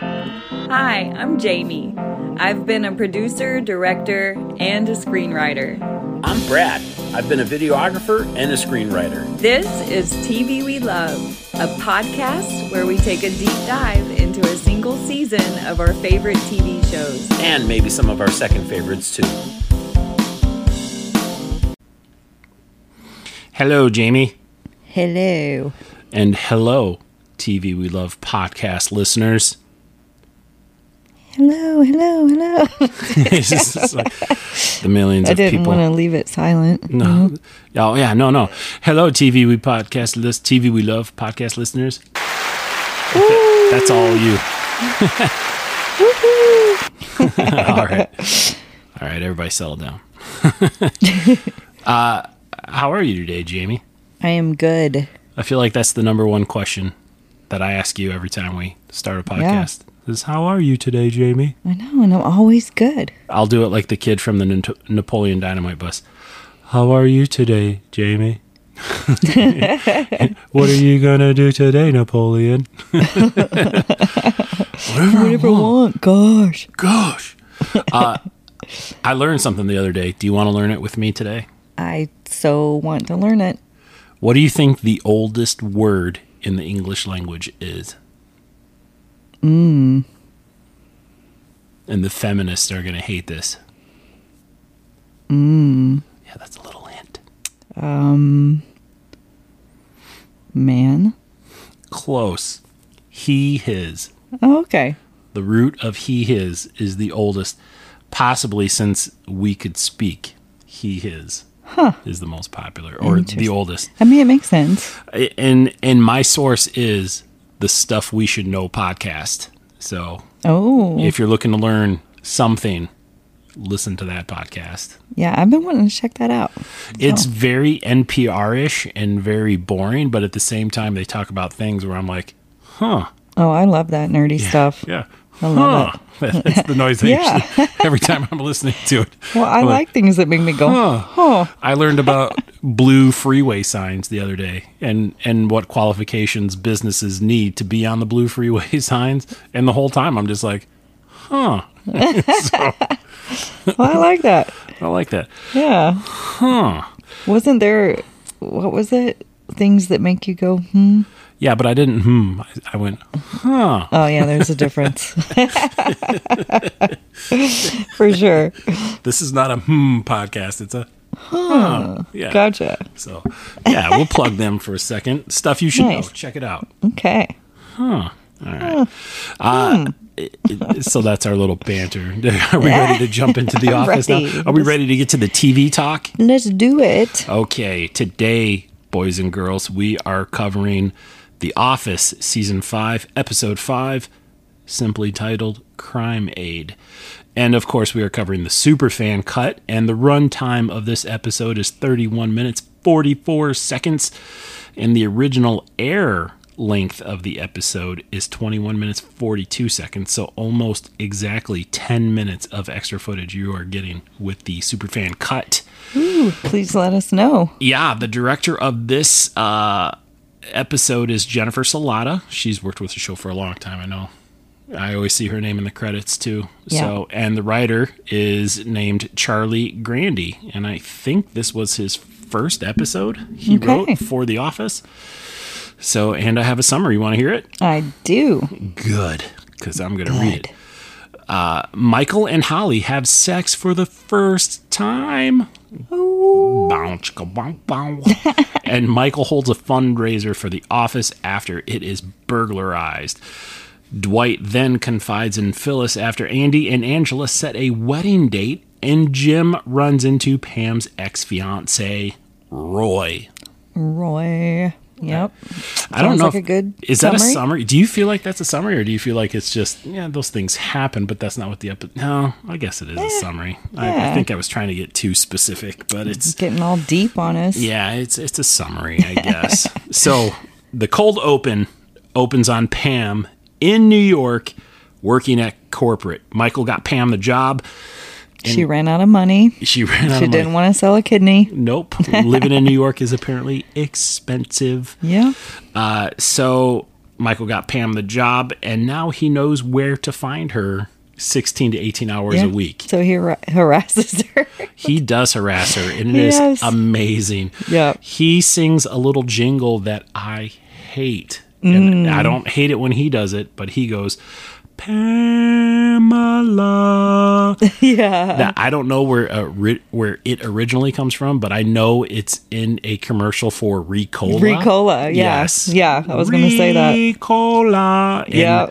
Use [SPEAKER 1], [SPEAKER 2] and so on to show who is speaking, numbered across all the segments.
[SPEAKER 1] Hi, I'm Jamie. I've been a producer, director, and a screenwriter.
[SPEAKER 2] I'm Brad. I've been a videographer and a screenwriter.
[SPEAKER 1] This is TV We Love, a podcast where we take a deep dive into a single season of our favorite TV shows.
[SPEAKER 2] And maybe some of our second favorites too. Hello, Jamie.
[SPEAKER 3] Hello.
[SPEAKER 2] And hello, TV We Love podcast listeners.
[SPEAKER 3] Hello, hello, hello.
[SPEAKER 2] It's just like the millions
[SPEAKER 3] I
[SPEAKER 2] of
[SPEAKER 3] didn't
[SPEAKER 2] people.
[SPEAKER 3] want to leave it silent.
[SPEAKER 2] No. Oh yeah, no, no. Hello, TV We podcast list TV We Love podcast listeners. That's all you.
[SPEAKER 3] Woohoo.
[SPEAKER 2] all right. All right, everybody settle down. uh, how are you today, Jamie?
[SPEAKER 3] I am good.
[SPEAKER 2] I feel like that's the number one question that I ask you every time we start a
[SPEAKER 3] Yeah.
[SPEAKER 2] podcast. Is how are you today, Jamie?
[SPEAKER 3] I know, and I'm always good.
[SPEAKER 2] I'll do it like the kid from the Nat- Napoleon Dynamite bus. How are you today, Jamie? what are you gonna do today, Napoleon? Whatever, I
[SPEAKER 3] Never
[SPEAKER 2] want.
[SPEAKER 3] want, gosh.
[SPEAKER 2] Gosh, uh, I learned something the other day. Do you want to learn it with me today?
[SPEAKER 3] I so want to learn it.
[SPEAKER 2] What do you think the oldest word in the English language is? Mm. And the feminists are going to hate this. Mm. Yeah, that's a little hint.
[SPEAKER 3] Man.
[SPEAKER 2] Close. He, his.
[SPEAKER 3] Oh, okay.
[SPEAKER 2] The root of he, his is the oldest, possibly since we could speak. He, his is the most popular or the
[SPEAKER 3] Interesting.
[SPEAKER 2] oldest.
[SPEAKER 3] I mean, it makes sense.
[SPEAKER 2] I- And and my source is the stuff we should know podcast. So
[SPEAKER 3] Oh,
[SPEAKER 2] if you're looking to learn something, listen to that podcast.
[SPEAKER 3] yeah. I've been wanting to check that out.
[SPEAKER 2] It's very NPR ish and very boring, but at the same time, they talk about things where I'm like, huh,
[SPEAKER 3] Oh, I love that nerdy stuff.
[SPEAKER 2] yeah.
[SPEAKER 3] I love
[SPEAKER 2] Huh. That's the noise I
[SPEAKER 3] Yeah.
[SPEAKER 2] usually, every time I'm listening to it.
[SPEAKER 3] Well, I
[SPEAKER 2] I'm
[SPEAKER 3] like things that make me go, huh.
[SPEAKER 2] I learned about blue freeway signs the other day and, and what qualifications businesses need to be on the blue freeway signs. And the whole time I'm just like,
[SPEAKER 3] Well, I like that.
[SPEAKER 2] I like that.
[SPEAKER 3] Yeah. Huh. Wasn't there, what was it? Things that make you go, hmm.
[SPEAKER 2] Yeah, but I didn't, hmm. I, I went, huh.
[SPEAKER 3] Oh yeah, there's a difference. For sure.
[SPEAKER 2] This is not a hmm podcast. It's a huh. Yeah.
[SPEAKER 3] Gotcha.
[SPEAKER 2] So, yeah, we'll plug them for a second. Stuff you should know.
[SPEAKER 3] Nice.
[SPEAKER 2] Check it out.
[SPEAKER 3] Okay.
[SPEAKER 2] So that's our little banter. Are we ready to jump into the office now?
[SPEAKER 3] Right.
[SPEAKER 2] Are we ready to get to the TV talk?
[SPEAKER 3] Let's do it.
[SPEAKER 2] Okay, today, boys and girls, we are covering The Office, Season 5, Episode 5, simply titled Crime Aid. And of course, we are covering the Superfan cut, and the runtime of this episode is 31 minutes 44 seconds, and the original air length of the episode is 21 minutes 42 seconds, so almost exactly 10 minutes of extra footage you are getting with the Superfan cut.
[SPEAKER 3] Please let us know.
[SPEAKER 2] Yeah, the director of this uh, episode is Jennifer Salata. She's worked with the show for a long time. I know. I always see her name in the credits too. So, and the writer is named Charlie Grandy, and I think this was his first episode he
[SPEAKER 3] Okay.
[SPEAKER 2] wrote for The Office. So, and I have a summary. You want to hear it?
[SPEAKER 3] I do.
[SPEAKER 2] Good, because I'm going to read it. Uh, Michael and Holly have sex for the first time. Bounce, ka bonk, bonk. and Michael holds a fundraiser for the office after it is burglarized. Dwight then confides in Phyllis after Andy and Angela set a wedding date, and Jim runs into Pam's ex fiance, Roy.
[SPEAKER 3] Roy. Yep.
[SPEAKER 2] I
[SPEAKER 3] Sounds
[SPEAKER 2] don't know.
[SPEAKER 3] like a
[SPEAKER 2] if-
[SPEAKER 3] good
[SPEAKER 2] is that a
[SPEAKER 3] summary.
[SPEAKER 2] summary? Do you feel like that's a summary, or do you feel like it's just yeah, those things happen, but that's not what the episode? No, I guess it is a summary. I, I
[SPEAKER 3] Eh, yeah.
[SPEAKER 2] think I was trying to get too specific, but it's
[SPEAKER 3] Getting all deep on us.
[SPEAKER 2] yeah, it's it's a summary, I guess. so the cold open opens on Pam in New York, working at corporate. Michael got Pam the job.
[SPEAKER 3] She ran out of money. She
[SPEAKER 2] She ran out of
[SPEAKER 3] didn't
[SPEAKER 2] money.
[SPEAKER 3] want to sell a kidney.
[SPEAKER 2] Nope, living in New York is apparently expensive.
[SPEAKER 3] Yeah.
[SPEAKER 2] Uh, so Michael got Pam the job, and now he knows where to find her 16 to 18 hours
[SPEAKER 3] Yeah.
[SPEAKER 2] a week.
[SPEAKER 3] So he har- harasses her.
[SPEAKER 2] He does harass her, and it is
[SPEAKER 3] Yes.
[SPEAKER 2] amazing.
[SPEAKER 3] Yeah.
[SPEAKER 2] He sings a little jingle that I hate. And
[SPEAKER 3] Mm.
[SPEAKER 2] I don't hate it when he does it, but he goes, Pamela.
[SPEAKER 3] yeah.
[SPEAKER 2] that I don't know where uh, ri- where it originally comes from, but I know it's in a commercial for Ricola.
[SPEAKER 3] Ricola, yeah. Yeah, I was gonna say that.
[SPEAKER 2] Ricola. And
[SPEAKER 3] Yeah.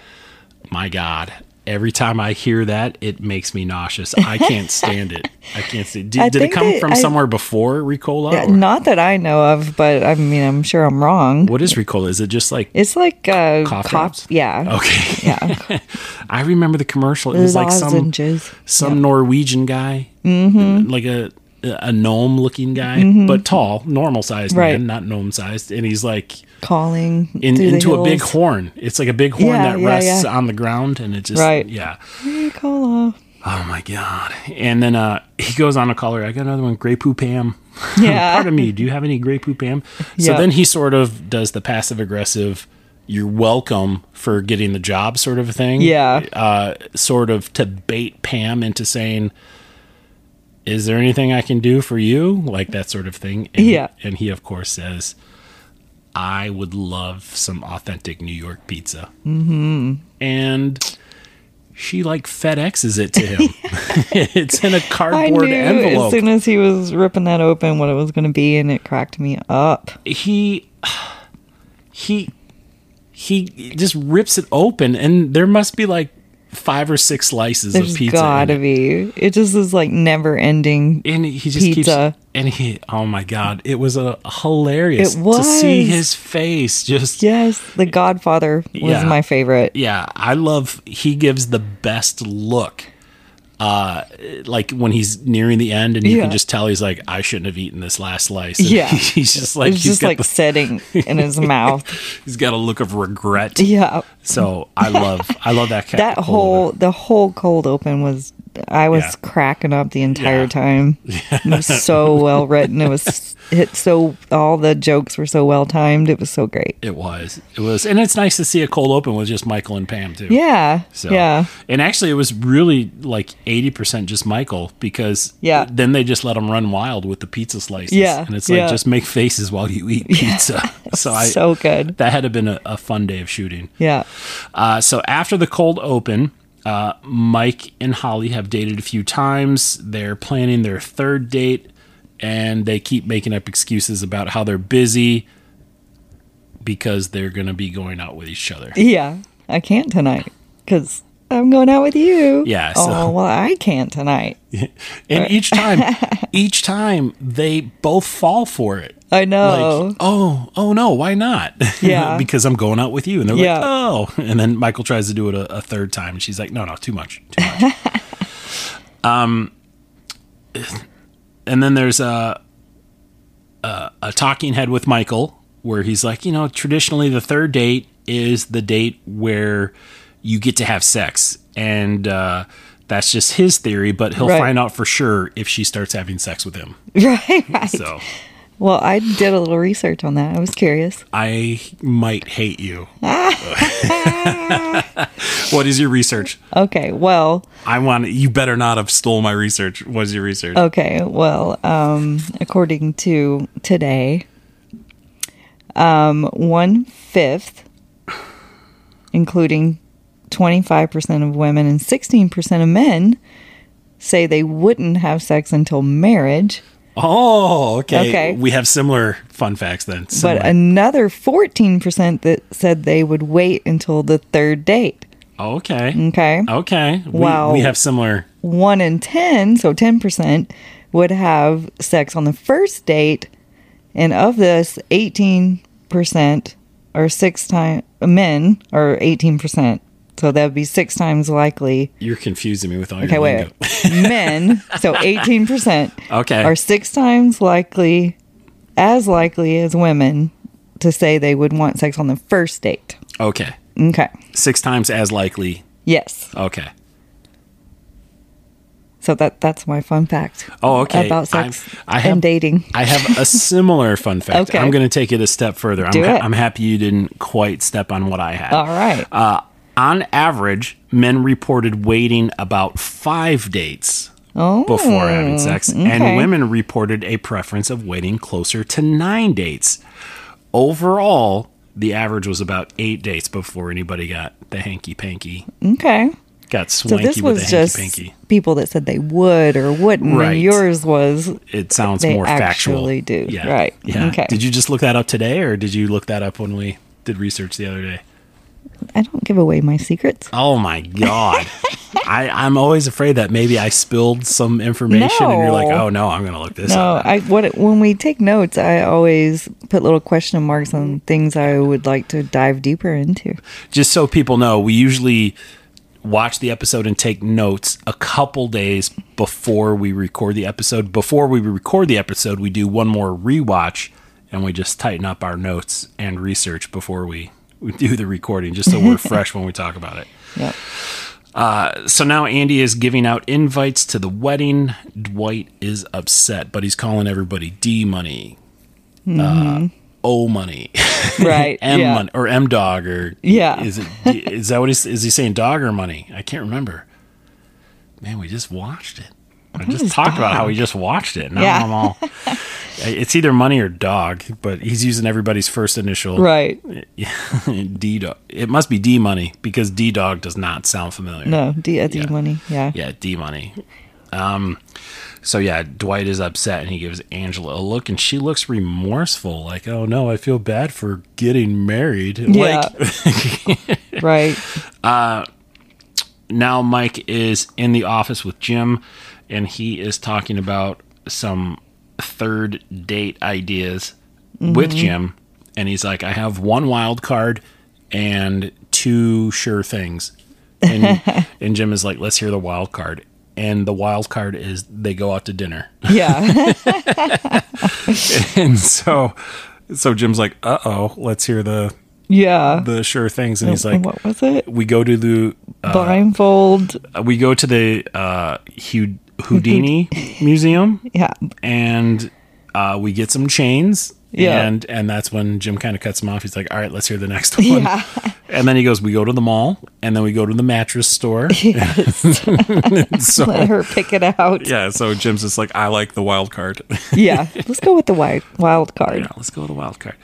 [SPEAKER 2] My God. Every time I hear that, it makes me nauseous. I can't stand it. I can't stand. Did,
[SPEAKER 3] I
[SPEAKER 2] did it
[SPEAKER 3] think
[SPEAKER 2] come
[SPEAKER 3] that
[SPEAKER 2] from
[SPEAKER 3] I-
[SPEAKER 2] somewhere before Ricola?
[SPEAKER 3] Yeah,
[SPEAKER 2] or-
[SPEAKER 3] Not that I know of, but I mean, I'm sure I'm wrong.
[SPEAKER 2] What is Ricola? Is it just like
[SPEAKER 3] It's like uh,
[SPEAKER 2] Cough
[SPEAKER 3] cough.
[SPEAKER 2] drops?
[SPEAKER 3] Yeah.
[SPEAKER 2] okay?
[SPEAKER 3] Yeah.
[SPEAKER 2] I remember the commercial. It was like some
[SPEAKER 3] Lozenges.
[SPEAKER 2] some Norwegian guy,
[SPEAKER 3] Mm-hmm.
[SPEAKER 2] like a a gnome looking guy, but tall, normal sized
[SPEAKER 3] Right.
[SPEAKER 2] man, not gnome sized, and he's like
[SPEAKER 3] calling
[SPEAKER 2] in,
[SPEAKER 3] through the
[SPEAKER 2] into a big
[SPEAKER 3] hills.
[SPEAKER 2] horn. It's like a big horn
[SPEAKER 3] Yeah,
[SPEAKER 2] that
[SPEAKER 3] yeah,
[SPEAKER 2] rests
[SPEAKER 3] yeah.
[SPEAKER 2] on the ground, and it just
[SPEAKER 3] Right.
[SPEAKER 2] yeah.
[SPEAKER 3] Ricola.
[SPEAKER 2] Oh my god! And then uh, he goes on to call her. I got another one, Grey Poo Pam.
[SPEAKER 3] Yeah.
[SPEAKER 2] Pardon me. Do you have any Grey Poo Pam? So
[SPEAKER 3] Yeah.
[SPEAKER 2] then he sort of does the passive aggressive. You're welcome for getting the job, sort of thing.
[SPEAKER 3] Yeah.
[SPEAKER 2] Uh, sort of to bait Pam into saying, "Is there anything I can do for you?" Like that sort of thing. And,
[SPEAKER 3] Yeah.
[SPEAKER 2] And he, of course, says, "I would love some authentic New York pizza." Mm-hmm. And she like FedExes it to him. it's in a
[SPEAKER 3] I
[SPEAKER 2] cardboard
[SPEAKER 3] knew as
[SPEAKER 2] envelope.
[SPEAKER 3] soon as he was ripping that open what it was going to be, and it cracked me up.
[SPEAKER 2] he he he just rips it open and there must be like five or six slices
[SPEAKER 3] There's
[SPEAKER 2] of pizza. in
[SPEAKER 3] gotta
[SPEAKER 2] it.
[SPEAKER 3] be. It just is like never ending.
[SPEAKER 2] And he just
[SPEAKER 3] pizza.
[SPEAKER 2] keeps and he oh my god, it was a hilarious
[SPEAKER 3] It
[SPEAKER 2] to see
[SPEAKER 3] was.
[SPEAKER 2] his face just
[SPEAKER 3] Yes, The Godfather was
[SPEAKER 2] Yeah.
[SPEAKER 3] my favorite.
[SPEAKER 2] yeah i love he gives the best look uh like when he's nearing the end and you
[SPEAKER 3] Yeah.
[SPEAKER 2] can just tell he's like i shouldn't have eaten this last slice And
[SPEAKER 3] Yeah.
[SPEAKER 2] he's just like
[SPEAKER 3] it's
[SPEAKER 2] he's
[SPEAKER 3] just
[SPEAKER 2] got
[SPEAKER 3] like
[SPEAKER 2] the-
[SPEAKER 3] setting in his mouth.
[SPEAKER 2] he's got a look of regret
[SPEAKER 3] Yeah,
[SPEAKER 2] so i love i love that cat
[SPEAKER 3] that whole the whole cold open was. I was
[SPEAKER 2] Yeah.
[SPEAKER 3] cracking up the entire
[SPEAKER 2] Yeah.
[SPEAKER 3] time. It was so well written. It was it so all the jokes were so well timed. It was so great.
[SPEAKER 2] it was it was and it's nice to see a cold open with just michael and pam too
[SPEAKER 3] Yeah,
[SPEAKER 2] So,
[SPEAKER 3] yeah.
[SPEAKER 2] And actually, it was really like 80% just Michael because
[SPEAKER 3] Yeah.
[SPEAKER 2] then they just let him run wild with the pizza slices.
[SPEAKER 3] Yeah,
[SPEAKER 2] And it's like,
[SPEAKER 3] yeah.
[SPEAKER 2] just make faces while you eat pizza. so I,
[SPEAKER 3] so good.
[SPEAKER 2] that had to been a, a fun day of shooting.
[SPEAKER 3] Yeah,
[SPEAKER 2] Uh, so after the cold open, uh, Mike and Holly have dated a few times. They're planning their third date, and they keep making up excuses about how they're busy because they're going to be going out with each other.
[SPEAKER 3] yeah. I can't tonight because I'm going out with you.
[SPEAKER 2] Yeah, so-
[SPEAKER 3] Oh well, I can't tonight.
[SPEAKER 2] And each time, each time they both fall for it.
[SPEAKER 3] I know.
[SPEAKER 2] Like, oh, oh no, why not?
[SPEAKER 3] Yeah.
[SPEAKER 2] because I'm going out with you. And they're
[SPEAKER 3] Yeah.
[SPEAKER 2] like, oh. And then Michael tries to do it a, a third time. And she's like, no, no, too much, too much. um, and then there's a, a, a talking head with Michael where he's like, you know, traditionally the third date is the date where you get to have sex. And, uh, that's just his theory, but he'll
[SPEAKER 3] Right.
[SPEAKER 2] find out for sure if she starts having sex with him.
[SPEAKER 3] Right, right.
[SPEAKER 2] So
[SPEAKER 3] Well, I did a little research on that. I was curious.
[SPEAKER 2] I might hate you. what is your research?
[SPEAKER 3] Okay, well,
[SPEAKER 2] I want you better not have stole my research. What is your research?
[SPEAKER 3] okay, well, um, according to today, um, one fifth, including 25% of women and 16% of men, say they wouldn't have sex until marriage.
[SPEAKER 2] Oh, okay.
[SPEAKER 3] Okay.
[SPEAKER 2] We have similar fun facts then.
[SPEAKER 3] But
[SPEAKER 2] Similar.
[SPEAKER 3] another 14% that said they would wait until the third date.
[SPEAKER 2] okay.
[SPEAKER 3] Okay.
[SPEAKER 2] Okay.
[SPEAKER 3] Mm.
[SPEAKER 2] We,
[SPEAKER 3] Wow.
[SPEAKER 2] we have similar.
[SPEAKER 3] one in 10, so 10%, would have sex on the first date. And of this, 18% or six times men are 18%. So that would be six times likely.
[SPEAKER 2] You're confusing me with all
[SPEAKER 3] Okay,
[SPEAKER 2] your
[SPEAKER 3] wait.
[SPEAKER 2] lingo.
[SPEAKER 3] men, so 18%
[SPEAKER 2] Okay.
[SPEAKER 3] are six times likely, as likely as women to say they would want sex on the first date.
[SPEAKER 2] okay.
[SPEAKER 3] Okay.
[SPEAKER 2] Six times as likely.
[SPEAKER 3] Yes.
[SPEAKER 2] Okay.
[SPEAKER 3] So that that's my fun fact.
[SPEAKER 2] Oh, okay.
[SPEAKER 3] About sex
[SPEAKER 2] I'm- I
[SPEAKER 3] and dating.
[SPEAKER 2] I have a similar fun fact.
[SPEAKER 3] Okay.
[SPEAKER 2] I'm going to take it a step further. I'm,
[SPEAKER 3] Do
[SPEAKER 2] ha-
[SPEAKER 3] it.
[SPEAKER 2] I'm happy you didn't quite step on what I had.
[SPEAKER 3] All right.
[SPEAKER 2] Uh, on average, men reported waiting about five dates
[SPEAKER 3] oh,
[SPEAKER 2] before having sex,
[SPEAKER 3] okay.
[SPEAKER 2] and women reported a preference of waiting closer to nine dates. Overall, the average was about eight dates before anybody got the hanky panky,
[SPEAKER 3] okay.
[SPEAKER 2] got
[SPEAKER 3] So
[SPEAKER 2] swanky
[SPEAKER 3] this
[SPEAKER 2] with the
[SPEAKER 3] was
[SPEAKER 2] hanky
[SPEAKER 3] just
[SPEAKER 2] panky.
[SPEAKER 3] people that said they would or wouldn't. and
[SPEAKER 2] Right.
[SPEAKER 3] yours was
[SPEAKER 2] It sounds
[SPEAKER 3] they
[SPEAKER 2] more factual.
[SPEAKER 3] actually do.
[SPEAKER 2] Yeah.
[SPEAKER 3] Right.
[SPEAKER 2] Yeah.
[SPEAKER 3] Okay.
[SPEAKER 2] Did you just look that up today, or did you look that up when we did research the other day?
[SPEAKER 3] I don't give away my secrets.
[SPEAKER 2] Oh my god. I, I'm always afraid that maybe I spilled some information and you're like,
[SPEAKER 3] No.
[SPEAKER 2] oh no, I'm gonna look this
[SPEAKER 3] No,
[SPEAKER 2] up.
[SPEAKER 3] I what when we take notes, I always put little question marks on things I would like to dive deeper into.
[SPEAKER 2] Just so people know, we usually watch the episode and take notes a couple days before we record the episode. Before we record the episode, we do one more rewatch and we just tighten up our notes and research before we, we do the recording, just so we're fresh when we talk about it. Uh,
[SPEAKER 3] Yep.
[SPEAKER 2] So now Andy is giving out invites to the wedding. Dwight is upset, but he's calling everybody D money, uh, O money,
[SPEAKER 3] Right.
[SPEAKER 2] M
[SPEAKER 3] yeah.
[SPEAKER 2] money, or M dog, or
[SPEAKER 3] Yeah.
[SPEAKER 2] Is it D- is that what he's is he saying dog or money? I can't remember. Man, we just watched it. I just
[SPEAKER 3] is
[SPEAKER 2] talked about how we just watched it. Now
[SPEAKER 3] Yeah.
[SPEAKER 2] I'm all. It's either money or dog, but he's using everybody's first initial.
[SPEAKER 3] Right.
[SPEAKER 2] D dog. It must be D money because D dog does not sound familiar.
[SPEAKER 3] No, D, uh, D money. Yeah.
[SPEAKER 2] Yeah, D money. Um, so yeah, Dwight is upset and he gives Angela a look, and she looks remorseful, like, "Oh no, I feel bad for getting married." Like
[SPEAKER 3] Right.
[SPEAKER 2] now, Mike is in the office with Jim, and he is talking about some third date ideas with Jim, and he's like, "I have one wild card and two sure things," and, and Jim is like, "Let's hear the wild card." And the wild card is they go out to dinner.
[SPEAKER 3] Yeah.
[SPEAKER 2] and so so Jim's like, "Uh oh, let's hear the
[SPEAKER 3] yeah.
[SPEAKER 2] the sure things." And he's like, uh,
[SPEAKER 3] And what was it?
[SPEAKER 2] "We go to the
[SPEAKER 3] Blindfold.
[SPEAKER 2] uh, we go to the uh, Hu- Houdini museum,
[SPEAKER 3] Yeah.
[SPEAKER 2] and uh, we get some chains."
[SPEAKER 3] Yeah.
[SPEAKER 2] And and that's when Jim kind of cuts him off. He's like, "All right, let's hear the next one." And then he goes, "We go to the mall, and then we go to the mattress store." And so
[SPEAKER 3] Let her pick it out. Yeah.
[SPEAKER 2] yeah, so Jim's just like, "I like the wild card."
[SPEAKER 3] Let's go with the wild wild card.
[SPEAKER 2] yeah, let's go to the wild card.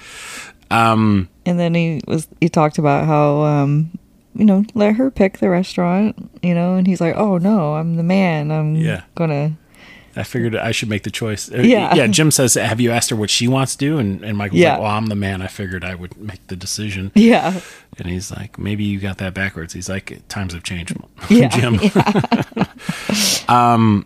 [SPEAKER 3] And then he was he talked about how um you know, let her pick the restaurant, you know, and he's like, "Oh no, I'm the man. I'm
[SPEAKER 2] Yeah.
[SPEAKER 3] gonna."
[SPEAKER 2] I figured I should make the choice. Uh,
[SPEAKER 3] Yeah.
[SPEAKER 2] Yeah. Jim says, Have you asked her what she wants to do? And, and Michael's
[SPEAKER 3] Yeah.
[SPEAKER 2] like, Well, I'm the man. I figured I would make the decision.
[SPEAKER 3] Yeah,
[SPEAKER 2] And he's like, Maybe you got that backwards. He's like, Times have changed,
[SPEAKER 3] Yeah.
[SPEAKER 2] Jim. um,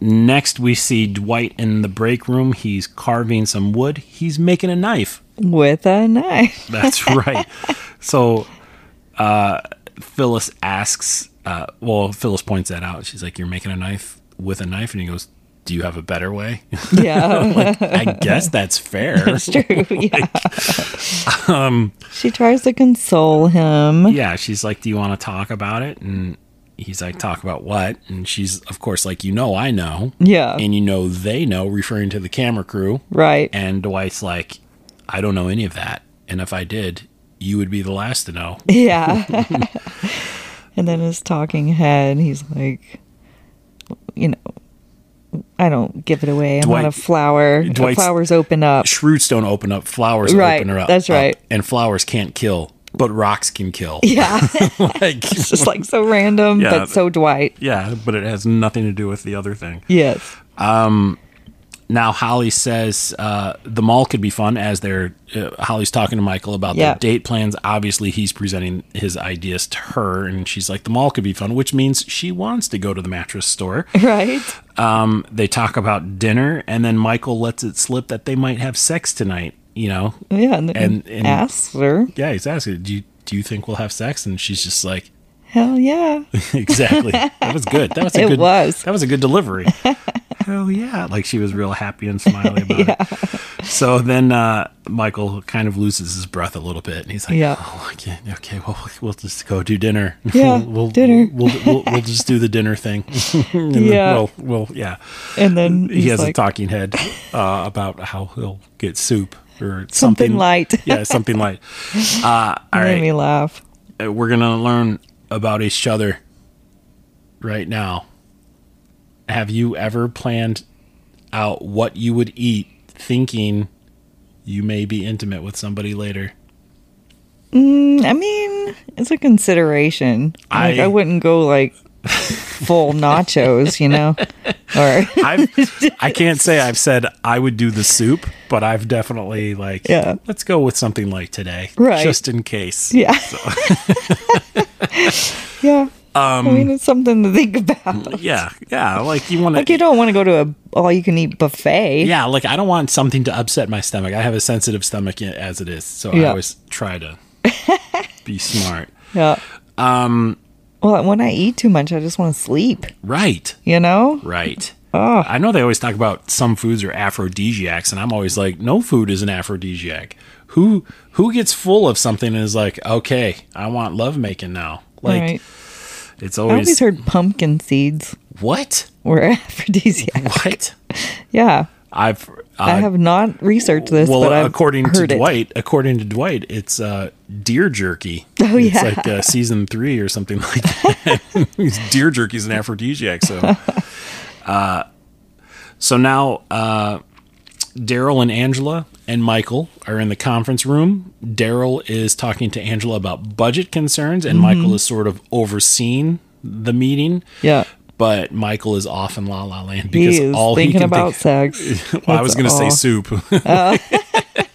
[SPEAKER 2] next, we see Dwight in the break room. He's carving some wood, he's making a knife.
[SPEAKER 3] with a knife.
[SPEAKER 2] That's right. So uh, Phyllis asks, uh, well, Phyllis points that out. She's like, You're making a knife with a knife? And he goes, Do you have a better way?
[SPEAKER 3] Yeah,
[SPEAKER 2] I guess that's fair.
[SPEAKER 3] that's true. Yeah.
[SPEAKER 2] um,
[SPEAKER 3] she tries to console him.
[SPEAKER 2] Yeah, she's like, "Do you want to talk about it?" And he's like, "Talk about what?" And she's of course like, "You know, I know."
[SPEAKER 3] Yeah.
[SPEAKER 2] And you know they know referring to the camera crew.
[SPEAKER 3] Right.
[SPEAKER 2] And Dwight's like, "I don't know any of that. And if I did, you would be the last to know."
[SPEAKER 3] Yeah. and then his talking head, he's like, you know, I don't give it away. I'm
[SPEAKER 2] Dwight-
[SPEAKER 3] not a flower. The
[SPEAKER 2] Dwight's-
[SPEAKER 3] flowers open up.
[SPEAKER 2] Shroots don't open up, flowers
[SPEAKER 3] Right,
[SPEAKER 2] open her up.
[SPEAKER 3] that's right.
[SPEAKER 2] up, and flowers can't kill, but rocks can kill.
[SPEAKER 3] Yeah.
[SPEAKER 2] like
[SPEAKER 3] it's just like so random,
[SPEAKER 2] Yeah.
[SPEAKER 3] but so Dwight.
[SPEAKER 2] yeah, but it has nothing to do with the other thing.
[SPEAKER 3] Yes.
[SPEAKER 2] now Holly says uh, the mall could be fun as they're uh, Holly's talking to Michael about
[SPEAKER 3] Yeah.
[SPEAKER 2] their date plans. Obviously, he's presenting his ideas to her, and she's like, "The mall could be fun," which means she wants to go to the mattress store.
[SPEAKER 3] Right.
[SPEAKER 2] Um, they talk about dinner, and then Michael lets it slip that they might have sex tonight. You know,
[SPEAKER 3] Yeah. And,
[SPEAKER 2] And-
[SPEAKER 3] and,
[SPEAKER 2] and-
[SPEAKER 3] asks her,
[SPEAKER 2] yeah, he's asking, "Do you do you think we'll have sex?" And she's just like,
[SPEAKER 3] hell yeah.
[SPEAKER 2] "Exactly. that was good. That was a
[SPEAKER 3] It
[SPEAKER 2] good.
[SPEAKER 3] was.
[SPEAKER 2] That was a good delivery." hell yeah. Like she was real happy and smiley about it. So then uh, Michael kind of loses his breath a little bit and he's like,
[SPEAKER 3] Yeah.
[SPEAKER 2] oh, okay, okay, well, we'll just go do dinner.
[SPEAKER 3] Yeah,
[SPEAKER 2] we'll, we'll-
[SPEAKER 3] dinner.
[SPEAKER 2] We'll, we'll, we'll just do the dinner thing. And then
[SPEAKER 3] Yeah.
[SPEAKER 2] We'll, we'll, yeah.
[SPEAKER 3] And then
[SPEAKER 2] He
[SPEAKER 3] he's
[SPEAKER 2] has a
[SPEAKER 3] like,
[SPEAKER 2] talking head uh, about how he'll get soup or something,
[SPEAKER 3] Something light.
[SPEAKER 2] yeah, something light. Uh, all
[SPEAKER 3] made
[SPEAKER 2] right.
[SPEAKER 3] me laugh.
[SPEAKER 2] Uh, we're gonna learn about each other right now. Have you ever planned out what you would eat, thinking you may be intimate with somebody later?
[SPEAKER 3] Mm, I mean, it's a consideration. Like,
[SPEAKER 2] I-
[SPEAKER 3] I wouldn't go like full nachos, you know, or
[SPEAKER 2] I've, I can't say I've said I would do the soup, but I've definitely like,
[SPEAKER 3] Yeah.
[SPEAKER 2] let's go with something like today,
[SPEAKER 3] Right.
[SPEAKER 2] Just in case.
[SPEAKER 3] yeah, yeah. I
[SPEAKER 2] Um,
[SPEAKER 3] mean, it's something to think about.
[SPEAKER 2] Yeah, yeah. Like you want to
[SPEAKER 3] Like, you don't want to go to a all-you-can-eat buffet.
[SPEAKER 2] Yeah, like I don't want something to upset my stomach. I have a sensitive stomach i- as it is, so I
[SPEAKER 3] Yeah.
[SPEAKER 2] always try to be smart.
[SPEAKER 3] Yeah. Um. Well, when I eat too much, I just want to sleep.
[SPEAKER 2] Right,
[SPEAKER 3] You know.
[SPEAKER 2] right.
[SPEAKER 3] Ah.
[SPEAKER 2] I know they always talk about some foods are aphrodisiacs, and I'm always like, no food is an aphrodisiac. Who who gets full of something and is like, okay, I want love making now. Like
[SPEAKER 3] right.
[SPEAKER 2] it's
[SPEAKER 3] I
[SPEAKER 2] always
[SPEAKER 3] always heard pumpkin seeds
[SPEAKER 2] what
[SPEAKER 3] were aphrodisiac.
[SPEAKER 2] what
[SPEAKER 3] Yeah,
[SPEAKER 2] I've
[SPEAKER 3] I have not researched this,
[SPEAKER 2] well,
[SPEAKER 3] but I've
[SPEAKER 2] according to
[SPEAKER 3] heard it.
[SPEAKER 2] Dwight, according to Dwight, it's uh, deer jerky.
[SPEAKER 3] Oh,
[SPEAKER 2] it's
[SPEAKER 3] yeah.
[SPEAKER 2] like uh, season three or something like that. deer jerky is an aphrodisiac. So, uh, so now uh, Daryl and Angela and Michael are in the conference room. Daryl is talking to Angela about budget concerns, and Michael is sort of overseeing the meeting.
[SPEAKER 3] Mm-hmm. Yeah,
[SPEAKER 2] But Michael is off in La La Land
[SPEAKER 3] he
[SPEAKER 2] because
[SPEAKER 3] is
[SPEAKER 2] all he
[SPEAKER 3] thinking
[SPEAKER 2] can
[SPEAKER 3] about
[SPEAKER 2] think
[SPEAKER 3] sex.
[SPEAKER 2] well, I
[SPEAKER 3] That's
[SPEAKER 2] was going to say
[SPEAKER 3] all.
[SPEAKER 2] soup.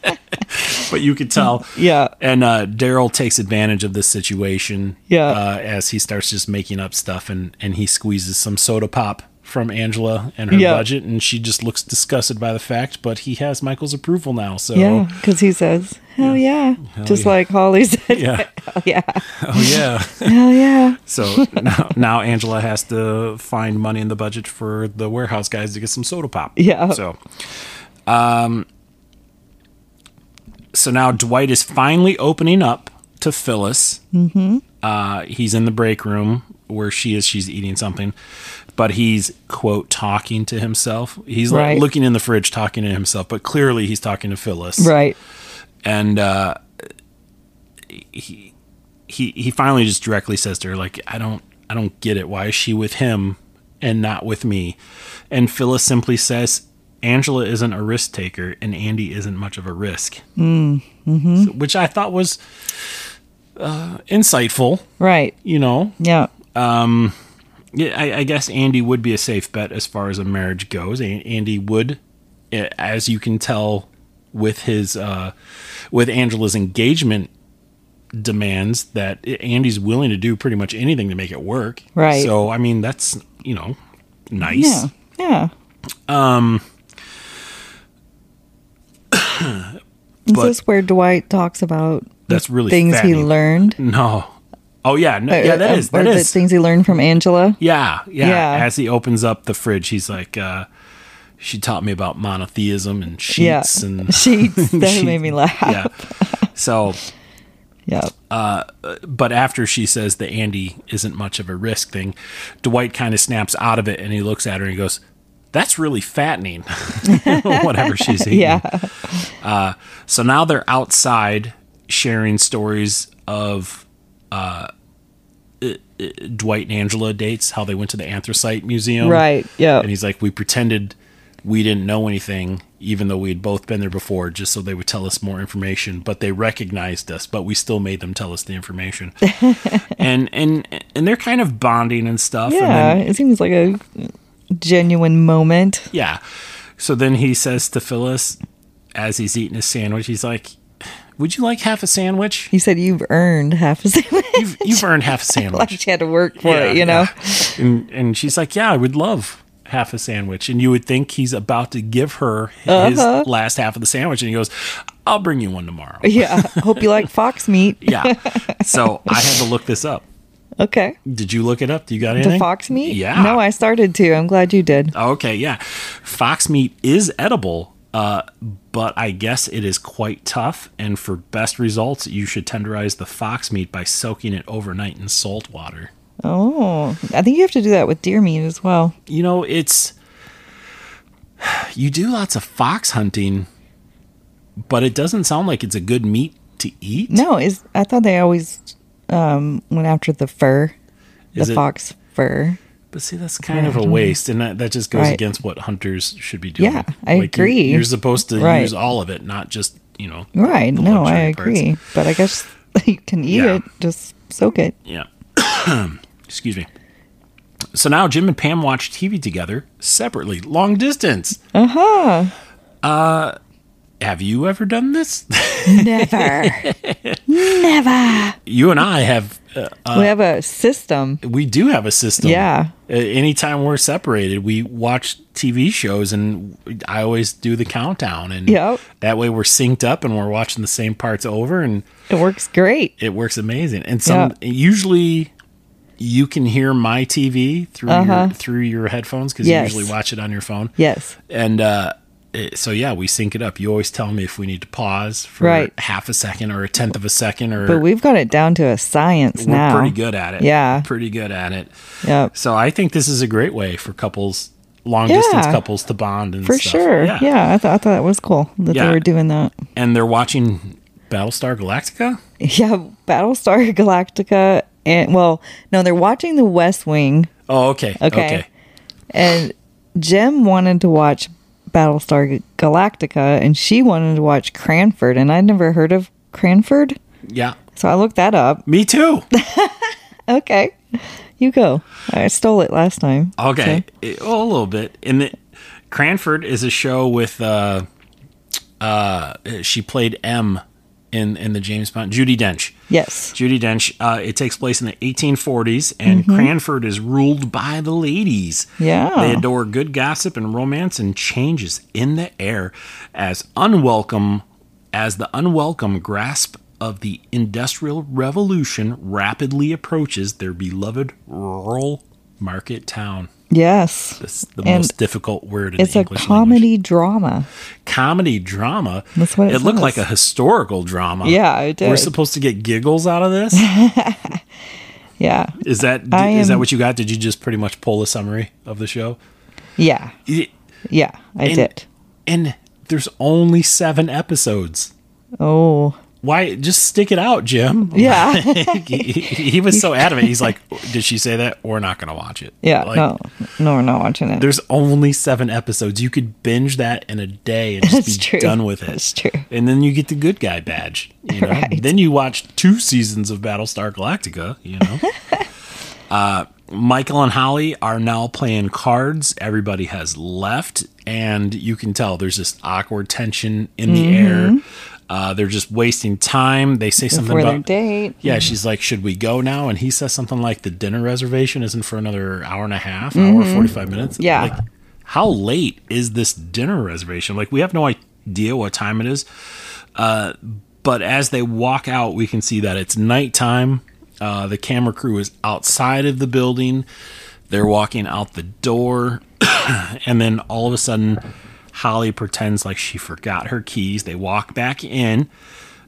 [SPEAKER 2] but you could tell.
[SPEAKER 3] Yeah.
[SPEAKER 2] And uh, Daryl takes advantage of this situation
[SPEAKER 3] Yeah.
[SPEAKER 2] uh, as he starts just making up stuff and, and he squeezes some soda pop from Angela and her
[SPEAKER 3] Yeah.
[SPEAKER 2] budget. And she just looks disgusted by the fact, but he has Michael's approval now. So,
[SPEAKER 3] Yeah, because he says, "Hell yeah," just
[SPEAKER 2] yeah.
[SPEAKER 3] like Holly said,
[SPEAKER 2] yeah.
[SPEAKER 3] "Hell yeah,
[SPEAKER 2] Oh, yeah.
[SPEAKER 3] hell yeah."
[SPEAKER 2] so now, now Angela has to find money in the budget for the warehouse guys to get some soda pop.
[SPEAKER 3] Yeah.
[SPEAKER 2] So, um, so now Dwight is finally opening up to Phyllis. Mm-hmm. Uh, he's in the break room where she is. She's eating something, but he's quote talking to himself. He's
[SPEAKER 3] Right.
[SPEAKER 2] like looking in the fridge, talking to himself, but clearly he's talking to Phyllis
[SPEAKER 3] Right.
[SPEAKER 2] and uh, he he he finally just directly says to her like I don't I don't get it why is she with him and not with me and Phyllis simply says Angela isn't a risk taker and Andy isn't much of a risk So- which I thought was uh, insightful
[SPEAKER 3] Right.
[SPEAKER 2] you know
[SPEAKER 3] Yeah.
[SPEAKER 2] yeah, I, I guess Andy would be a safe bet as far as a marriage goes. An- Andy would, eh, as you can tell, with his uh, with Angela's engagement demands that i- Andy's willing to do pretty much anything to make it work.
[SPEAKER 3] Right.
[SPEAKER 2] So I mean, that's you know, nice.
[SPEAKER 3] Yeah. Yeah. Um.
[SPEAKER 2] but-
[SPEAKER 3] Is this where Dwight talks about
[SPEAKER 2] That's really
[SPEAKER 3] things he
[SPEAKER 2] fattening.
[SPEAKER 3] learned?
[SPEAKER 2] No. Oh yeah, no, yeah,
[SPEAKER 3] Uh,
[SPEAKER 2] that is
[SPEAKER 3] or
[SPEAKER 2] that
[SPEAKER 3] the
[SPEAKER 2] is
[SPEAKER 3] things he learned from Angela.
[SPEAKER 2] Yeah, yeah.
[SPEAKER 3] Yeah.
[SPEAKER 2] As he opens up the fridge, he's like, uh, "She taught me about monotheism and
[SPEAKER 3] Yeah.
[SPEAKER 2] sheets and
[SPEAKER 3] Sheets. That
[SPEAKER 2] Sheets.
[SPEAKER 3] made me laugh.
[SPEAKER 2] yeah." So, Um,
[SPEAKER 3] Yeah.
[SPEAKER 2] but after she says the Andy isn't much of a risk thing, Dwight kind of snaps out of it and he looks at her and he goes, "That's really fattening." Whatever she's eating.
[SPEAKER 3] Yeah.
[SPEAKER 2] So now they're outside sharing stories of uh, uh, uh, Dwight and Angela dates, how they went to the anthracite museum.
[SPEAKER 3] Right, yeah.
[SPEAKER 2] Um, And he's like, we pretended we didn't know anything, even though we had both been there before, just so they would tell us more information. But they recognized us, but we still made them tell us the information. and and and they're kind of bonding and stuff. And
[SPEAKER 3] Yeah.
[SPEAKER 2] then
[SPEAKER 3] it seems like a genuine moment.
[SPEAKER 2] yeah. So then he says to Phyllis, as he's eating his sandwich, he's like, "Would you like half a sandwich?
[SPEAKER 3] He said, "You've earned half a sandwich."
[SPEAKER 2] You've, you've earned half a
[SPEAKER 3] like
[SPEAKER 2] sandwich."
[SPEAKER 3] she had to work for
[SPEAKER 2] Yeah,
[SPEAKER 3] it, you know?
[SPEAKER 2] yeah. And and she's like, "Yeah, I would love half a sandwich." And you would think he's about to give her his
[SPEAKER 3] Uh-huh.
[SPEAKER 2] last half of the sandwich, and he goes, "I'll bring you one tomorrow."
[SPEAKER 3] Yeah. Hope you like fox meat.
[SPEAKER 2] yeah. So I had to look this up.
[SPEAKER 3] Okay.
[SPEAKER 2] Did you look it up? Do you got anything?
[SPEAKER 3] The fox meat?
[SPEAKER 2] Yeah.
[SPEAKER 3] No, I started to. I'm glad you did.
[SPEAKER 2] Okay, yeah. Fox meat is edible, uh, but I guess it is quite tough. And for best results, you should tenderize the fox meat by soaking it overnight in salt water.
[SPEAKER 3] Oh, I think you have to do that with deer meat as well.
[SPEAKER 2] You know, it's. You do lots of fox hunting, but it doesn't sound like it's a good meat to eat.
[SPEAKER 3] No, is I thought they always um, went after the fur,
[SPEAKER 2] Is
[SPEAKER 3] the
[SPEAKER 2] it-
[SPEAKER 3] fox fur.
[SPEAKER 2] But see, that's kind of a waste, and that, that just goes
[SPEAKER 3] Right.
[SPEAKER 2] against what hunters should be doing.
[SPEAKER 3] Yeah, I
[SPEAKER 2] you-
[SPEAKER 3] agree.
[SPEAKER 2] You're, supposed to
[SPEAKER 3] Right.
[SPEAKER 2] use all of it, not just you know.
[SPEAKER 3] Right.
[SPEAKER 2] the
[SPEAKER 3] No, I
[SPEAKER 2] luxury parts.
[SPEAKER 3] agree. But I guess you can eat
[SPEAKER 2] Yeah.
[SPEAKER 3] it. Just soak it.
[SPEAKER 2] Yeah. Excuse me. So now Jim and Pam watch TV together separately, long distance. Uh-huh. Uh Have you ever done this?
[SPEAKER 3] Never. Never.
[SPEAKER 2] you and I have. Uh,
[SPEAKER 3] we have a system.
[SPEAKER 2] we do have a system.
[SPEAKER 3] Yeah.
[SPEAKER 2] Uh, anytime we're separated, we watch TV shows, and I always do the countdown, and
[SPEAKER 3] Yep.
[SPEAKER 2] that way we're synced up, and we're watching the same parts over, and
[SPEAKER 3] It works great.
[SPEAKER 2] it works amazing. And some usually you can hear my TV through your, through your headphones because
[SPEAKER 3] Uh-huh. Yes.
[SPEAKER 2] you usually watch it on your phone.
[SPEAKER 3] Yes.
[SPEAKER 2] And uh, it, so yeah, we sync it up. You always tell me if we need to pause for
[SPEAKER 3] Right.
[SPEAKER 2] half a second or a tenth of a second, or
[SPEAKER 3] But we've got it down to a science
[SPEAKER 2] we're
[SPEAKER 3] now.
[SPEAKER 2] pretty good at it.
[SPEAKER 3] Yeah.
[SPEAKER 2] pretty good at it.
[SPEAKER 3] Yep.
[SPEAKER 2] So I think this is a great way for couples, long distance
[SPEAKER 3] Yeah.
[SPEAKER 2] couples, to bond and
[SPEAKER 3] For
[SPEAKER 2] stuff.
[SPEAKER 3] sure. Yeah. I, thought I thought that was cool that
[SPEAKER 2] Yeah.
[SPEAKER 3] they were doing that.
[SPEAKER 2] and they're watching Battlestar Galactica.
[SPEAKER 3] Yeah. Battlestar Galactica. And well, no, they're watching The West Wing.
[SPEAKER 2] Oh, okay,
[SPEAKER 3] Okay. And Jim wanted to watch Battlestar Galactica and she wanted to watch Cranford. And I'd never heard of Cranford.
[SPEAKER 2] yeah.
[SPEAKER 3] So I looked that up.
[SPEAKER 2] Me too.
[SPEAKER 3] Okay. You go. I stole it last time.
[SPEAKER 2] Okay, It- oh, a little bit. And the, Cranford is a show with uh, uh, she played M in in the James Bond. Judy Dench.
[SPEAKER 3] Yes.
[SPEAKER 2] Judy Dench. Uh, it takes place in the 1840s, and Cranford is ruled by the ladies.
[SPEAKER 3] Mm-hmm. Yeah.
[SPEAKER 2] They adore good gossip and romance, and changes in the air as unwelcome as the unwelcome grasp of the industrial revolution rapidly approaches their beloved rural market town.
[SPEAKER 3] Yes.
[SPEAKER 2] That's the
[SPEAKER 3] And
[SPEAKER 2] most difficult word in
[SPEAKER 3] It's
[SPEAKER 2] the
[SPEAKER 3] a
[SPEAKER 2] English
[SPEAKER 3] comedy drama.
[SPEAKER 2] language. Comedy drama.
[SPEAKER 3] That's what it
[SPEAKER 2] it looked
[SPEAKER 3] was.
[SPEAKER 2] like a historical drama.
[SPEAKER 3] Yeah, it
[SPEAKER 2] We're
[SPEAKER 3] did.
[SPEAKER 2] supposed to get giggles out of this.
[SPEAKER 3] Yeah.
[SPEAKER 2] Is that is
[SPEAKER 3] I
[SPEAKER 2] that
[SPEAKER 3] am-
[SPEAKER 2] what you got? Did you just pretty much pull a summary of the show?
[SPEAKER 3] Yeah.
[SPEAKER 2] It-
[SPEAKER 3] Yeah. I
[SPEAKER 2] And-
[SPEAKER 3] did.
[SPEAKER 2] and there's only seven episodes.
[SPEAKER 3] Oh.
[SPEAKER 2] Why just stick it out, Jim?
[SPEAKER 3] Yeah.
[SPEAKER 2] he, he- he was so adamant. He's like, "Did she say that? We're not going to watch it."
[SPEAKER 3] Yeah.
[SPEAKER 2] Like,
[SPEAKER 3] no. No, we're not watching it.
[SPEAKER 2] There's only seven episodes. You could binge that in a day and just
[SPEAKER 3] That's
[SPEAKER 2] be
[SPEAKER 3] true.
[SPEAKER 2] done with it.
[SPEAKER 3] That's true.
[SPEAKER 2] And then you get the good guy badge. You know.
[SPEAKER 3] Right.
[SPEAKER 2] Then you watch two seasons of Battlestar Galactica. You know. uh, Michael and Holly are now playing cards. Everybody has left, and you can tell there's this awkward tension in the air. Uh, they're just wasting time. They say something
[SPEAKER 3] Mm-hmm. Before their
[SPEAKER 2] about
[SPEAKER 3] date.
[SPEAKER 2] yeah, she's like, "Should we go now?" And he says something like, "The dinner reservation isn't for another hour and a half, hour forty-five minutes."
[SPEAKER 3] Yeah.
[SPEAKER 2] Like, how late is this dinner reservation? Like, we have no idea what time it is. Uh, but as they walk out, we can see that it's nighttime. Uh, the camera crew is outside of the building. They're walking out the door, and then all of a sudden, Holly pretends like she forgot her keys. They walk back in.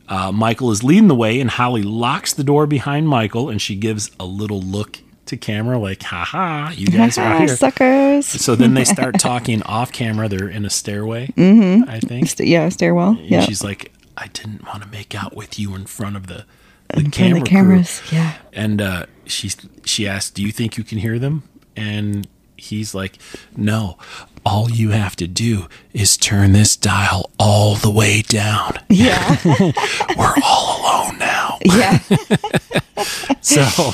[SPEAKER 2] Uh, Michael is leading the way, and Holly locks the door behind Michael, and she gives a little look to camera, like, haha, you guys are out
[SPEAKER 3] Ah,
[SPEAKER 2] here.
[SPEAKER 3] suckers.
[SPEAKER 2] So then they start talking off camera. They're in a stairway, mm-hmm. I think.
[SPEAKER 3] St- Yeah, stairwell.
[SPEAKER 2] And
[SPEAKER 3] Yeah.
[SPEAKER 2] she's like, I didn't want to make out with you in front of the, the
[SPEAKER 3] And
[SPEAKER 2] camera
[SPEAKER 3] the
[SPEAKER 2] crew."
[SPEAKER 3] cameras. Yeah.
[SPEAKER 2] And uh, she, she asked, Do you think you can hear them? And he's like, No, all you have to do is turn this dial all the way down.
[SPEAKER 3] Yeah.
[SPEAKER 2] We're all alone now.
[SPEAKER 3] yeah.
[SPEAKER 2] So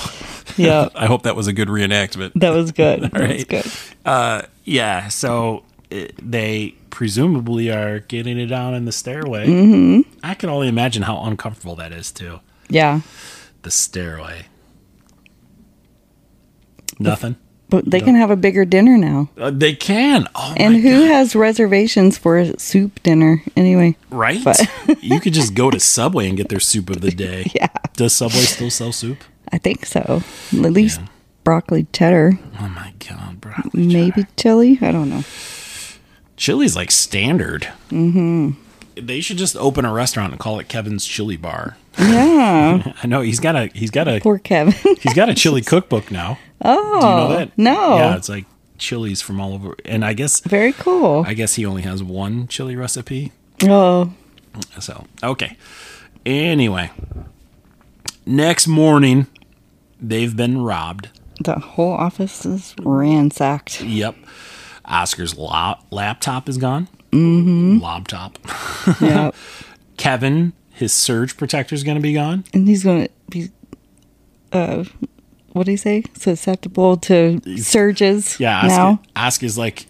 [SPEAKER 3] Yeah.
[SPEAKER 2] I hope that was a good reenactment.
[SPEAKER 3] That was good. That was
[SPEAKER 2] right.
[SPEAKER 3] good.
[SPEAKER 2] Yeah, so uh, they presumably are getting it down in the stairway.
[SPEAKER 3] Mm-hmm.
[SPEAKER 2] I can only imagine how uncomfortable that is too.
[SPEAKER 3] Yeah.
[SPEAKER 2] The stairway. Nothing.
[SPEAKER 3] But they can have a bigger dinner now.
[SPEAKER 2] Uh, they can. Oh
[SPEAKER 3] And
[SPEAKER 2] my
[SPEAKER 3] who has reservations for a soup dinner anyway?
[SPEAKER 2] right? you could just go to Subway and get their soup of the day.
[SPEAKER 3] Yeah.
[SPEAKER 2] Does Subway still sell soup?
[SPEAKER 3] I think so. At least broccoli cheddar,
[SPEAKER 2] Oh my god, broccoli.
[SPEAKER 3] maybe chili. I don't know.
[SPEAKER 2] Chili's like standard. Mm-hmm. They should just open a restaurant and call it Kevin's Chili Bar.
[SPEAKER 3] Yeah,
[SPEAKER 2] I know he's got a he's got a
[SPEAKER 3] poor Kevin.
[SPEAKER 2] he's got a chili cookbook now.
[SPEAKER 3] oh,
[SPEAKER 2] Do you know that?
[SPEAKER 3] no,
[SPEAKER 2] Yeah, it's like chilies from all over. And I guess
[SPEAKER 3] very cool.
[SPEAKER 2] I guess he only has one chili recipe.
[SPEAKER 3] oh,
[SPEAKER 2] So okay. Anyway, next morning they've been robbed.
[SPEAKER 3] the whole office is ransacked.
[SPEAKER 2] Yep. Oscar's la- laptop is gone. Mm-hmm. Laptop.
[SPEAKER 3] yeah,
[SPEAKER 2] Kevin, his surge protector is going to be gone.
[SPEAKER 3] and he's gonna be, uh, what do you say? Susceptible to surges.
[SPEAKER 2] Yeah, Oscar,
[SPEAKER 3] now
[SPEAKER 2] Oscar's like,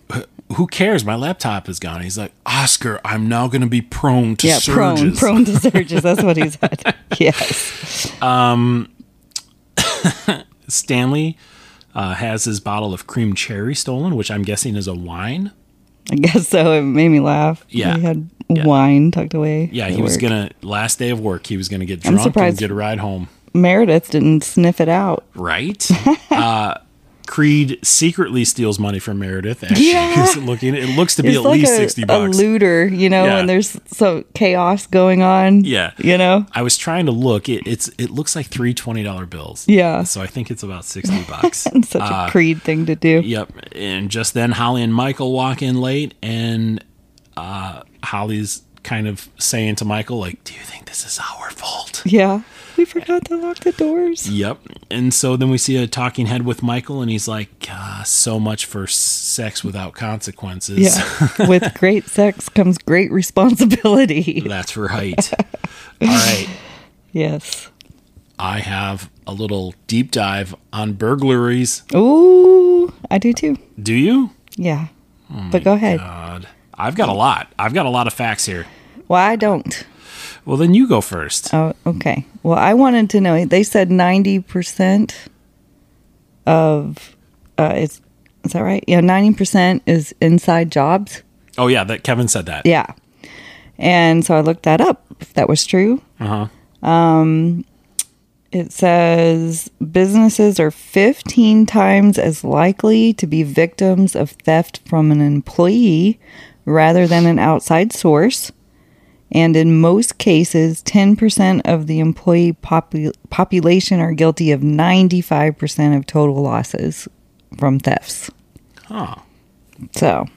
[SPEAKER 2] who cares? My laptop is gone. He's like, Oscar, I'm now going to be prone to
[SPEAKER 3] yeah,
[SPEAKER 2] surges.
[SPEAKER 3] prone, prone to surges. That's what he said. yes.
[SPEAKER 2] Stanley uh, has his bottle of cream cherry stolen, which I'm guessing is a wine.
[SPEAKER 3] I guess so. It made me laugh.
[SPEAKER 2] Yeah.
[SPEAKER 3] He had
[SPEAKER 2] Yeah.
[SPEAKER 3] wine tucked away.
[SPEAKER 2] Yeah,
[SPEAKER 3] at
[SPEAKER 2] he was
[SPEAKER 3] work.
[SPEAKER 2] going to, last day of work, he was going to get drunk and
[SPEAKER 3] surprised-
[SPEAKER 2] get a ride home.
[SPEAKER 3] Meredith didn't sniff it out.
[SPEAKER 2] Right? uh, Creed secretly steals money from Meredith as
[SPEAKER 3] Yeah.
[SPEAKER 2] she's looking. It looks to be
[SPEAKER 3] It's
[SPEAKER 2] at
[SPEAKER 3] like
[SPEAKER 2] least
[SPEAKER 3] a,
[SPEAKER 2] 60
[SPEAKER 3] a
[SPEAKER 2] bucks.
[SPEAKER 3] looter, you know,
[SPEAKER 2] Yeah.
[SPEAKER 3] when there's so chaos going on.
[SPEAKER 2] Yeah.
[SPEAKER 3] You know?
[SPEAKER 2] I was trying to look. It, it's it looks like three twenty dollar bills.
[SPEAKER 3] Yeah.
[SPEAKER 2] So I think it's about sixty bucks.
[SPEAKER 3] It's such
[SPEAKER 2] Uh,
[SPEAKER 3] a creed thing to do.
[SPEAKER 2] Yep. And just then, Holly and Michael walk in late, and uh, Holly's kind of saying to Michael, like, "Do you think this is our fault?"
[SPEAKER 3] Yeah. We forgot to lock the doors.
[SPEAKER 2] Yep. And so then we see a talking head with Michael, and he's like, "Ah, "So much for sex without consequences."
[SPEAKER 3] Yeah. With great sex comes great responsibility.
[SPEAKER 2] That's right. All right.
[SPEAKER 3] Yes.
[SPEAKER 2] I have a little deep dive on burglaries.
[SPEAKER 3] Ooh, I do too.
[SPEAKER 2] Do you?
[SPEAKER 3] Yeah. but go ahead.
[SPEAKER 2] God. I've got a lot. I've got a lot of facts here.
[SPEAKER 3] Well, I don't.
[SPEAKER 2] Well, then you go first.
[SPEAKER 3] Oh, okay. Well, I wanted to know. They said ninety percent of uh, is is that right? Yeah, ninety percent is inside jobs.
[SPEAKER 2] Oh yeah, that Kevin said that.
[SPEAKER 3] Yeah, and so I looked that up. If that was true,
[SPEAKER 2] Uh-huh.
[SPEAKER 3] it says businesses are fifteen times as likely to be victims of theft from an employee rather than an outside source. And in most cases, 10% of the employee popu- population are guilty of 95% of total losses from thefts.
[SPEAKER 2] Huh.
[SPEAKER 3] So,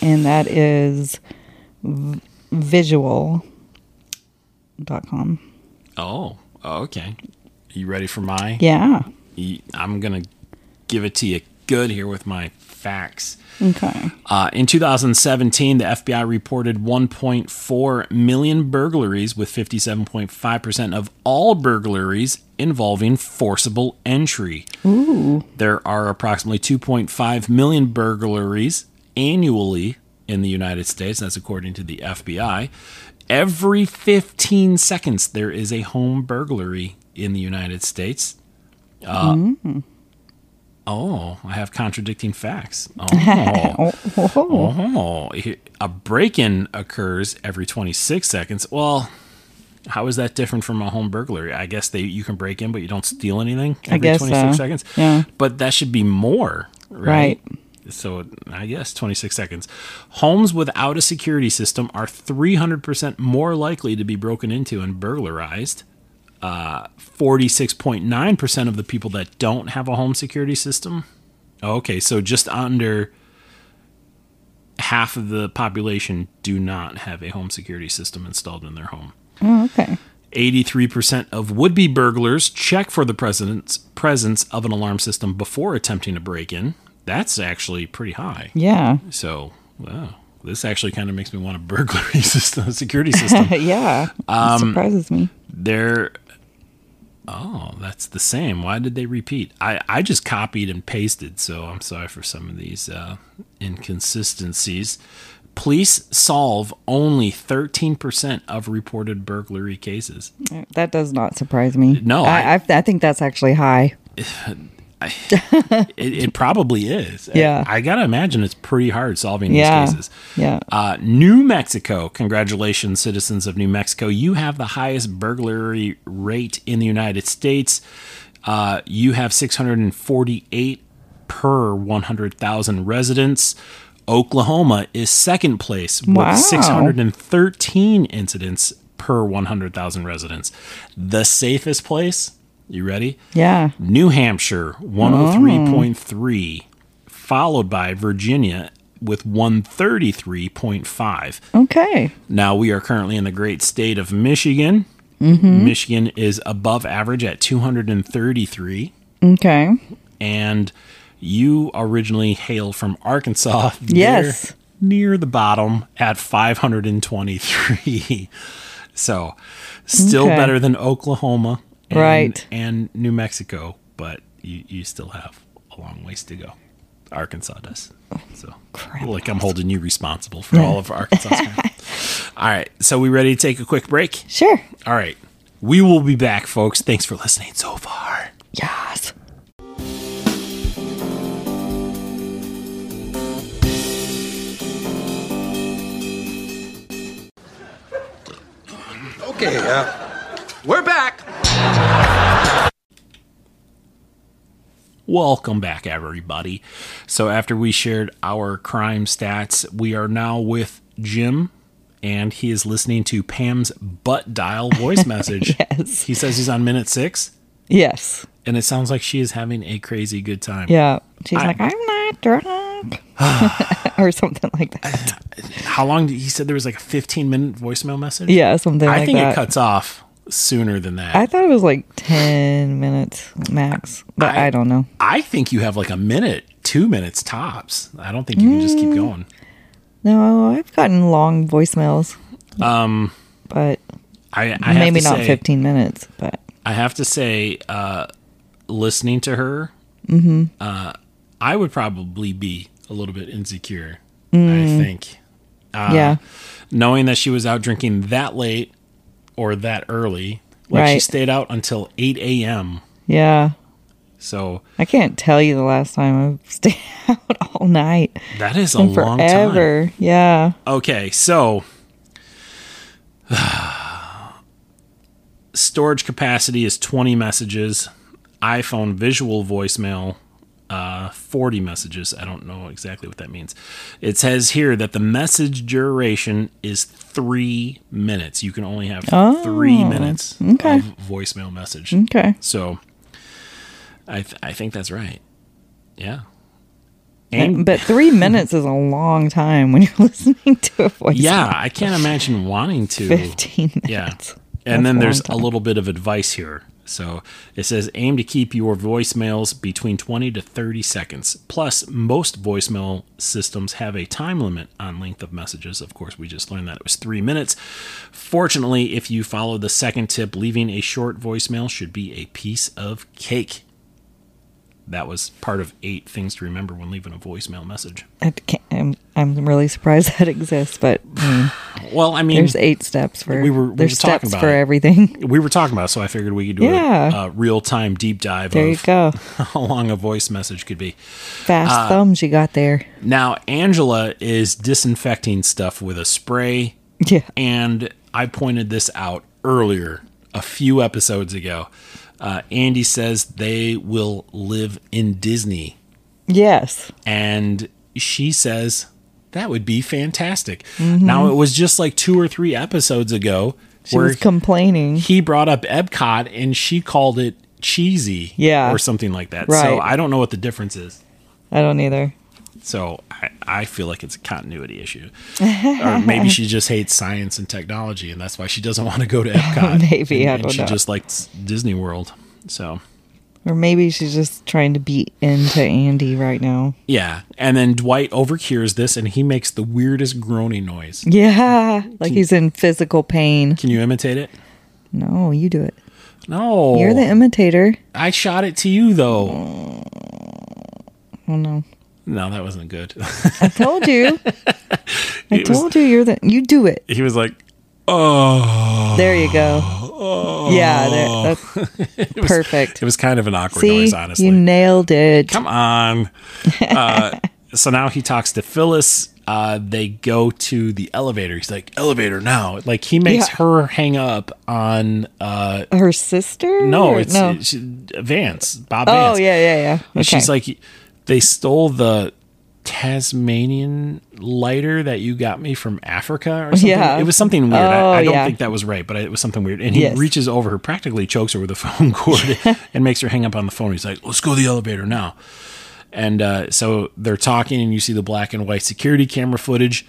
[SPEAKER 3] and that is v- visual.com.
[SPEAKER 2] Oh, okay. You ready for my?
[SPEAKER 3] Yeah.
[SPEAKER 2] y- I'm going to give it to you good here with my facts.
[SPEAKER 3] Okay.
[SPEAKER 2] Uh, in 2017, the FBI reported 1.4 million burglaries, with 57.5% of all burglaries involving forcible entry. There are approximately 2.5 million burglaries annually in the United States. That's according to the FBI. Every 15 seconds, there is a home burglary in the United States. Uh, Oh, I have contradicting facts. Oh.
[SPEAKER 3] Oh, oh, oh.
[SPEAKER 2] Oh, he- a break in occurs every 26 seconds. Well, how is that different from a home burglary? I guess they you can break in, but you don't steal anything every
[SPEAKER 3] guess
[SPEAKER 2] 26
[SPEAKER 3] so.
[SPEAKER 2] seconds.
[SPEAKER 3] Yeah.
[SPEAKER 2] But that should be more, right? So I guess 26 seconds. Homes without a security system are 300% more likely to be broken into and burglarized. Uh, 46.9% of the people that don't have a home security system. Okay, so just under half of the population do not have a home security system installed in their home.
[SPEAKER 3] Oh, okay.
[SPEAKER 2] 83% of would be burglars check for the president's presence of an alarm system before attempting to break in. That's actually pretty high.
[SPEAKER 3] Yeah.
[SPEAKER 2] So, wow, this actually kind of makes me want a burglary system, security system.
[SPEAKER 3] yeah.
[SPEAKER 2] Um,
[SPEAKER 3] It surprises me.
[SPEAKER 2] They're, oh, that's the same. Why did they repeat? I, I just copied and pasted, so I'm sorry for some of these uh, inconsistencies. Police solve only 13% of reported burglary cases.
[SPEAKER 3] That does not surprise me.
[SPEAKER 2] No, I-
[SPEAKER 3] I, I, I think that's actually high.
[SPEAKER 2] It, it probably is.
[SPEAKER 3] Yeah.
[SPEAKER 2] I, gotta imagine it's pretty hard solving
[SPEAKER 3] Yeah.
[SPEAKER 2] these cases.
[SPEAKER 3] Yeah.
[SPEAKER 2] Uh, New Mexico, congratulations, citizens of New Mexico. You have the highest burglary rate in the United States. Uh, you have 648 per 100,000 residents. Oklahoma is second place with
[SPEAKER 3] Wow.
[SPEAKER 2] 613 incidents per 100,000 residents. The safest place, you ready?
[SPEAKER 3] Yeah.
[SPEAKER 2] New Hampshire, 103.3, followed by Virginia with 133.5.
[SPEAKER 3] Okay.
[SPEAKER 2] Now we are currently in the great state of Michigan. Michigan is above average at 233
[SPEAKER 3] Okay.
[SPEAKER 2] and you originally hail from Arkansas. They're
[SPEAKER 3] Yes.
[SPEAKER 2] Near the bottom at 523. so still
[SPEAKER 3] Okay.
[SPEAKER 2] better than Oklahoma and,
[SPEAKER 3] Right.
[SPEAKER 2] and New Mexico, but you, you still have a long ways to go. Arkansas does. So like I'm holding you responsible for all of Arkansas. all right. So we ready to take a quick break?
[SPEAKER 3] Sure.
[SPEAKER 2] All right. We will be back, folks. Thanks for listening so far.
[SPEAKER 3] Yes.
[SPEAKER 4] Okay, uh, we're back.
[SPEAKER 2] Welcome back, everybody. So, after we shared our crime stats, we are now with Jim, and he is listening to Pam's butt dial voice message.
[SPEAKER 3] Yes.
[SPEAKER 2] He says he's on minute six,
[SPEAKER 3] Yes.
[SPEAKER 2] and it sounds like she is having a crazy good time.
[SPEAKER 3] Yeah. She's
[SPEAKER 2] I-
[SPEAKER 3] like, I'm not drunk. or something like that.
[SPEAKER 2] How long? Did, he said there was like a 15 minute voicemail message?
[SPEAKER 3] Yeah, something
[SPEAKER 2] I
[SPEAKER 3] like
[SPEAKER 2] think
[SPEAKER 3] that.
[SPEAKER 2] it cuts off sooner than that.
[SPEAKER 3] I thought it was like 10 minutes max, but
[SPEAKER 2] I-
[SPEAKER 3] I, don't know.
[SPEAKER 2] I think you have like a minute, two minutes tops. I don't think you can just keep
[SPEAKER 3] Mm.
[SPEAKER 2] going.
[SPEAKER 3] No, I've gotten long voicemails. Um, but
[SPEAKER 2] I, I have
[SPEAKER 3] maybe
[SPEAKER 2] to
[SPEAKER 3] not
[SPEAKER 2] say-
[SPEAKER 3] 15 minutes, but
[SPEAKER 2] I have to say, uh, listening to her,
[SPEAKER 3] Mm-hmm.
[SPEAKER 2] uh, I would probably be a little bit insecure.
[SPEAKER 3] Mm.
[SPEAKER 2] I think Uh,
[SPEAKER 3] yeah.
[SPEAKER 2] knowing that she was out drinking that late or that early, like she
[SPEAKER 3] Right.
[SPEAKER 2] stayed out until eight a.m.
[SPEAKER 3] Yeah.
[SPEAKER 2] So
[SPEAKER 3] I can't tell you the last time I've stayed out all night.
[SPEAKER 2] that is a
[SPEAKER 3] in
[SPEAKER 2] long time.
[SPEAKER 3] forever. Yeah.
[SPEAKER 2] Okay, so storage capacity is 20 messages. iPhone visual voicemail, uh, 40 messages. I don't know exactly what that means. It says here that the message duration is three minutes. You can only have three minutes of voicemail message.
[SPEAKER 3] Oh, Okay.
[SPEAKER 2] So I, th- I think that's right. Yeah.
[SPEAKER 3] But three minutes is a long time when you're listening to a voice.
[SPEAKER 2] Yeah, I can't imagine wanting to.
[SPEAKER 3] 15 minutes.
[SPEAKER 2] Yeah.
[SPEAKER 3] That's
[SPEAKER 2] And then
[SPEAKER 3] a
[SPEAKER 2] there's a
[SPEAKER 3] long time.
[SPEAKER 2] little bit of advice here. So it says aim to keep your voicemails between 20 to 30 seconds. Plus, most voicemail systems have a time limit on length of messages. Of course, we just learned that it was three minutes. Fortunately, if you follow the second tip, leaving a short voicemail should be a piece of cake. That was part of eight things to remember when leaving a voicemail message.
[SPEAKER 3] I can't, I'm, I'm really surprised that exists, but mm,
[SPEAKER 2] Well, I mean,
[SPEAKER 3] there's eight steps for
[SPEAKER 2] We were- we
[SPEAKER 3] there's
[SPEAKER 2] were talking
[SPEAKER 3] steps
[SPEAKER 2] about
[SPEAKER 3] for
[SPEAKER 2] it.
[SPEAKER 3] everything.
[SPEAKER 2] we were talking about, it, so I figured we could do
[SPEAKER 3] Yeah.
[SPEAKER 2] a, a real time deep dive
[SPEAKER 3] There you
[SPEAKER 2] of
[SPEAKER 3] go.
[SPEAKER 2] how long a voice message could be.
[SPEAKER 3] Fast
[SPEAKER 2] uh,
[SPEAKER 3] thumbs you got there.
[SPEAKER 2] Now, Angela is disinfecting stuff with a spray,
[SPEAKER 3] Yeah.
[SPEAKER 2] and I pointed this out earlier, a few episodes ago. Uh, Andy says they will live in Disney,
[SPEAKER 3] Yes.
[SPEAKER 2] and she says that would be fantastic. Now, it was just like two or three episodes ago
[SPEAKER 3] Mm-hmm. She was complaining.
[SPEAKER 2] he brought up Epcot and she called it cheesy,
[SPEAKER 3] Yeah.
[SPEAKER 2] or something like that. So
[SPEAKER 3] Right.
[SPEAKER 2] I don't know what the difference is.
[SPEAKER 3] I don't either.
[SPEAKER 2] So I, I feel like it's a continuity issue, or maybe she just hates science and technology, and that's why she doesn't want to go to Epcot.
[SPEAKER 3] Maybe,
[SPEAKER 2] and,
[SPEAKER 3] I
[SPEAKER 2] and
[SPEAKER 3] don't
[SPEAKER 2] she
[SPEAKER 3] know.
[SPEAKER 2] just likes Disney World. So
[SPEAKER 3] Or maybe she's just trying to be into Andy right now.
[SPEAKER 2] yeah, and then Dwight overhears this and he makes the weirdest groaning noise.
[SPEAKER 3] Yeah. Like he's in physical pain.
[SPEAKER 2] Can you imitate it?
[SPEAKER 3] No, you do it.
[SPEAKER 2] No,
[SPEAKER 3] You're the imitator.
[SPEAKER 2] I shot it to you though.
[SPEAKER 3] Oh no.
[SPEAKER 2] No, that wasn't good.
[SPEAKER 3] I told you. I
[SPEAKER 2] It was-
[SPEAKER 3] told you you're the you do it.
[SPEAKER 2] he was like, oh.
[SPEAKER 3] There you go. Yeah, there, that's perfect.
[SPEAKER 2] It was kind of an awkward
[SPEAKER 3] See,
[SPEAKER 2] noise, honestly.
[SPEAKER 3] you nailed it.
[SPEAKER 2] Come on. Uh, so now he talks to Phyllis. Uh, they go to the elevator. He's like, elevator now. Like he makes
[SPEAKER 3] Yeah.
[SPEAKER 2] her hang up on uh,
[SPEAKER 3] Her sister?
[SPEAKER 2] no,
[SPEAKER 3] Or-
[SPEAKER 2] it's
[SPEAKER 3] no.
[SPEAKER 2] she- Vance, Bob
[SPEAKER 3] oh
[SPEAKER 2] Vance.
[SPEAKER 3] yeah, yeah, yeah.
[SPEAKER 2] And she's
[SPEAKER 3] Okay.
[SPEAKER 2] like, they stole the Tasmanian lighter that you got me from Africa or something.
[SPEAKER 3] Yeah.
[SPEAKER 2] It was something weird. I, I
[SPEAKER 3] Oh,
[SPEAKER 2] don't
[SPEAKER 3] yeah.
[SPEAKER 2] think that was right, but it was something weird. And he
[SPEAKER 3] Yes.
[SPEAKER 2] reaches over her, practically chokes her with a phone cord and makes her hang up on the phone. He's like, let's go to the elevator now. And uh, so they're talking, and you see the black and white security camera footage.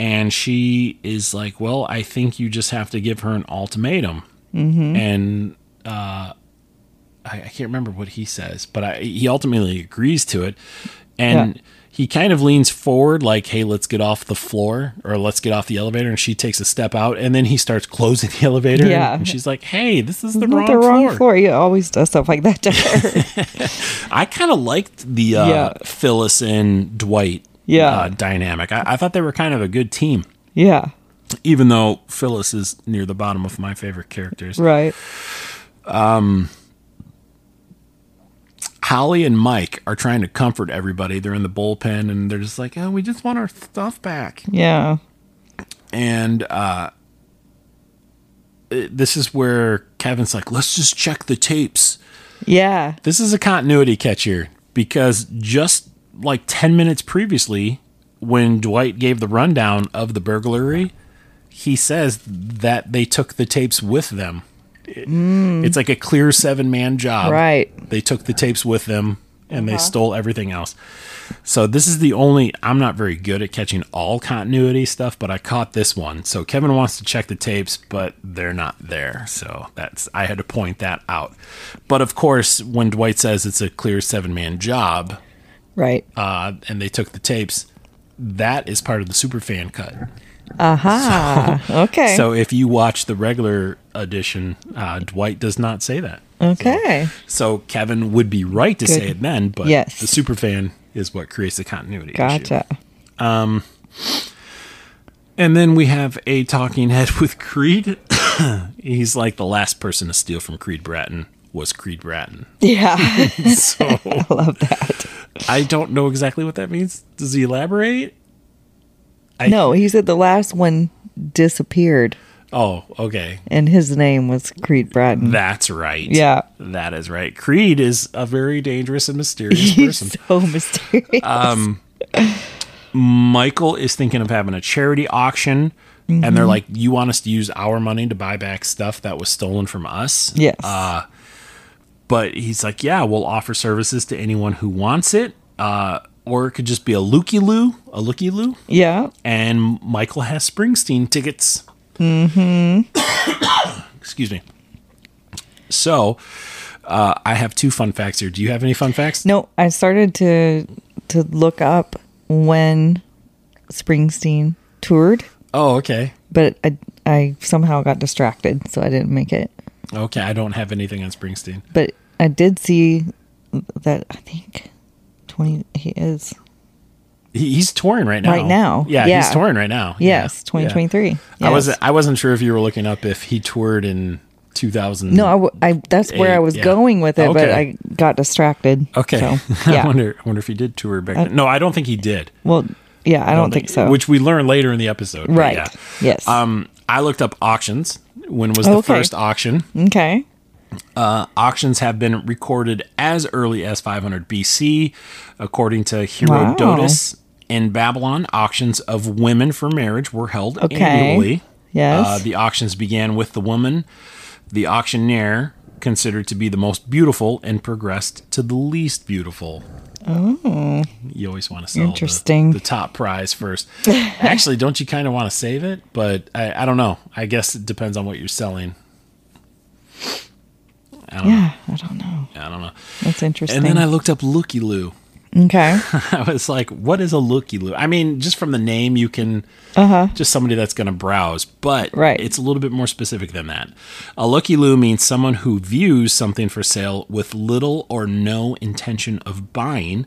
[SPEAKER 2] And she is like, Well, I think you just have to give her an ultimatum.
[SPEAKER 3] Mm-hmm.
[SPEAKER 2] And uh, I, I can't remember what he says, but I, he ultimately agrees to it. And
[SPEAKER 3] Yeah.
[SPEAKER 2] he kind of leans forward, like, Hey, let's get off the floor or let's get off the elevator. And she takes a step out, and then he starts closing the elevator.
[SPEAKER 3] Yeah.
[SPEAKER 2] And she's like, Hey, this is the,
[SPEAKER 3] Not
[SPEAKER 2] wrong,
[SPEAKER 3] the wrong
[SPEAKER 2] floor.
[SPEAKER 3] floor. You always does stuff like that to her.
[SPEAKER 2] I kind of liked the uh,
[SPEAKER 3] Yeah.
[SPEAKER 2] Phyllis and Dwight
[SPEAKER 3] Yeah.
[SPEAKER 2] uh, dynamic. I, I thought they were kind of a good team,
[SPEAKER 3] yeah,
[SPEAKER 2] even though Phyllis is near the bottom of my favorite characters.
[SPEAKER 3] right.
[SPEAKER 2] Holly and Mike are trying to comfort everybody. They're in the bullpen and they're just like, oh, we just want our stuff back.
[SPEAKER 3] Yeah,
[SPEAKER 2] And uh, it- this is where Kevin's like, let's just check the tapes.
[SPEAKER 3] yeah,
[SPEAKER 2] This is a continuity catch here because just like 10 minutes previously, when Dwight gave the rundown of the burglary, he says that they took the tapes with them. It- It's like a clear seven man job.
[SPEAKER 3] right.
[SPEAKER 2] They took the tapes with them and they stole everything else. So, this is the only. I'm not very good at catching all continuity stuff, but I caught this one. So, Kevin wants to check the tapes, but they're not there. So, that's. I had to point that out. But of course, when Dwight says it's a clear seven man job
[SPEAKER 3] Right.
[SPEAKER 2] uh, and they took the tapes, that is part of the superfan cut.
[SPEAKER 3] Aha. okay.
[SPEAKER 2] So, if you watch the regular edition, uh, Dwight does not say that.
[SPEAKER 3] Mm. okay.
[SPEAKER 2] So Kevin would be right to say it then, but
[SPEAKER 3] Yes.
[SPEAKER 2] the superfan is what creates the continuity.
[SPEAKER 3] Gotcha.
[SPEAKER 2] Issue. And then we have a talking head with Creed. He's like the last person to steal from Creed Bratton was Creed Bratton.
[SPEAKER 3] Yeah,
[SPEAKER 2] So
[SPEAKER 3] I love that.
[SPEAKER 2] I don't know exactly what that means. Does he elaborate? I-
[SPEAKER 3] No, he said the last one disappeared,
[SPEAKER 2] Oh, okay.
[SPEAKER 3] and his name was Creed Bratton.
[SPEAKER 2] That's right.
[SPEAKER 3] Yeah.
[SPEAKER 2] That is right. Creed is a very dangerous and mysterious person. Uh,
[SPEAKER 3] He's so mysterious.
[SPEAKER 2] Michael is thinking of having a charity auction, and
[SPEAKER 3] Mm-hmm.
[SPEAKER 2] they're like, "You want us to use our money to buy back stuff that was stolen from us?" Uh,
[SPEAKER 3] yes.
[SPEAKER 2] But he's like, "Yeah, we'll offer services to anyone who wants it, uh, or it could just be a looky loo, a looky loo."
[SPEAKER 3] yeah.
[SPEAKER 2] And Michael has Springsteen tickets. Mm-hmm. Excuse me. So, uh, I have two fun facts here. Do you have any fun facts?
[SPEAKER 3] No, I started to to look up when Springsteen toured,
[SPEAKER 2] Oh, okay.
[SPEAKER 3] but I I somehow got distracted, so I didn't make it.
[SPEAKER 2] Okay, I don't have anything on Springsteen.
[SPEAKER 3] But I did see that I think twenty he is
[SPEAKER 2] He- He's touring right now.
[SPEAKER 3] Right now.
[SPEAKER 2] Yeah, he's
[SPEAKER 3] Yeah.
[SPEAKER 2] touring right now.
[SPEAKER 3] yes
[SPEAKER 2] Yeah.
[SPEAKER 3] twenty twenty three.
[SPEAKER 2] I was I wasn't sure if you were looking up if he toured in 2000.
[SPEAKER 3] no, I, w- I that's where I was
[SPEAKER 2] Yeah.
[SPEAKER 3] going with it, but
[SPEAKER 2] Okay.
[SPEAKER 3] I got distracted.
[SPEAKER 2] okay.
[SPEAKER 3] so,
[SPEAKER 2] I
[SPEAKER 3] yeah.
[SPEAKER 2] wonder I wonder if he did tour back then. No, I don't think he did.
[SPEAKER 3] Well, yeah, I, don't, think, so.
[SPEAKER 2] Which we learn later in the episode. but
[SPEAKER 3] right?
[SPEAKER 2] yeah.
[SPEAKER 3] Yes.
[SPEAKER 2] Um, I looked up auctions. When was the
[SPEAKER 3] Okay.
[SPEAKER 2] first auction?
[SPEAKER 3] okay.
[SPEAKER 2] Auctions have been recorded as early as 500 BC, according to Herodotus. In Babylon, auctions of women for marriage were held
[SPEAKER 3] Okay.
[SPEAKER 2] annually.
[SPEAKER 3] Yes.
[SPEAKER 2] Uh, the auctions began with the woman, the auctioneer, considered to be the most beautiful, and progressed to the least beautiful. Oh. You always want to sell the-
[SPEAKER 3] Interesting.
[SPEAKER 2] The, top prize first. Actually, don't you kind of want to save it? But I, I don't know. I guess it depends on what you're selling. I don't,
[SPEAKER 3] yeah, I don't know.
[SPEAKER 2] I don't know.
[SPEAKER 3] That's interesting.
[SPEAKER 2] um, And then I looked up Looky Loo.
[SPEAKER 3] okay.
[SPEAKER 2] I was like, what is a looky loo? I mean, just from the name, you can just somebody that's going to browse, but
[SPEAKER 3] Uh-huh. Right.
[SPEAKER 2] it's a little bit more specific than that. A looky loo means someone who views something for sale with little or no intention of buying.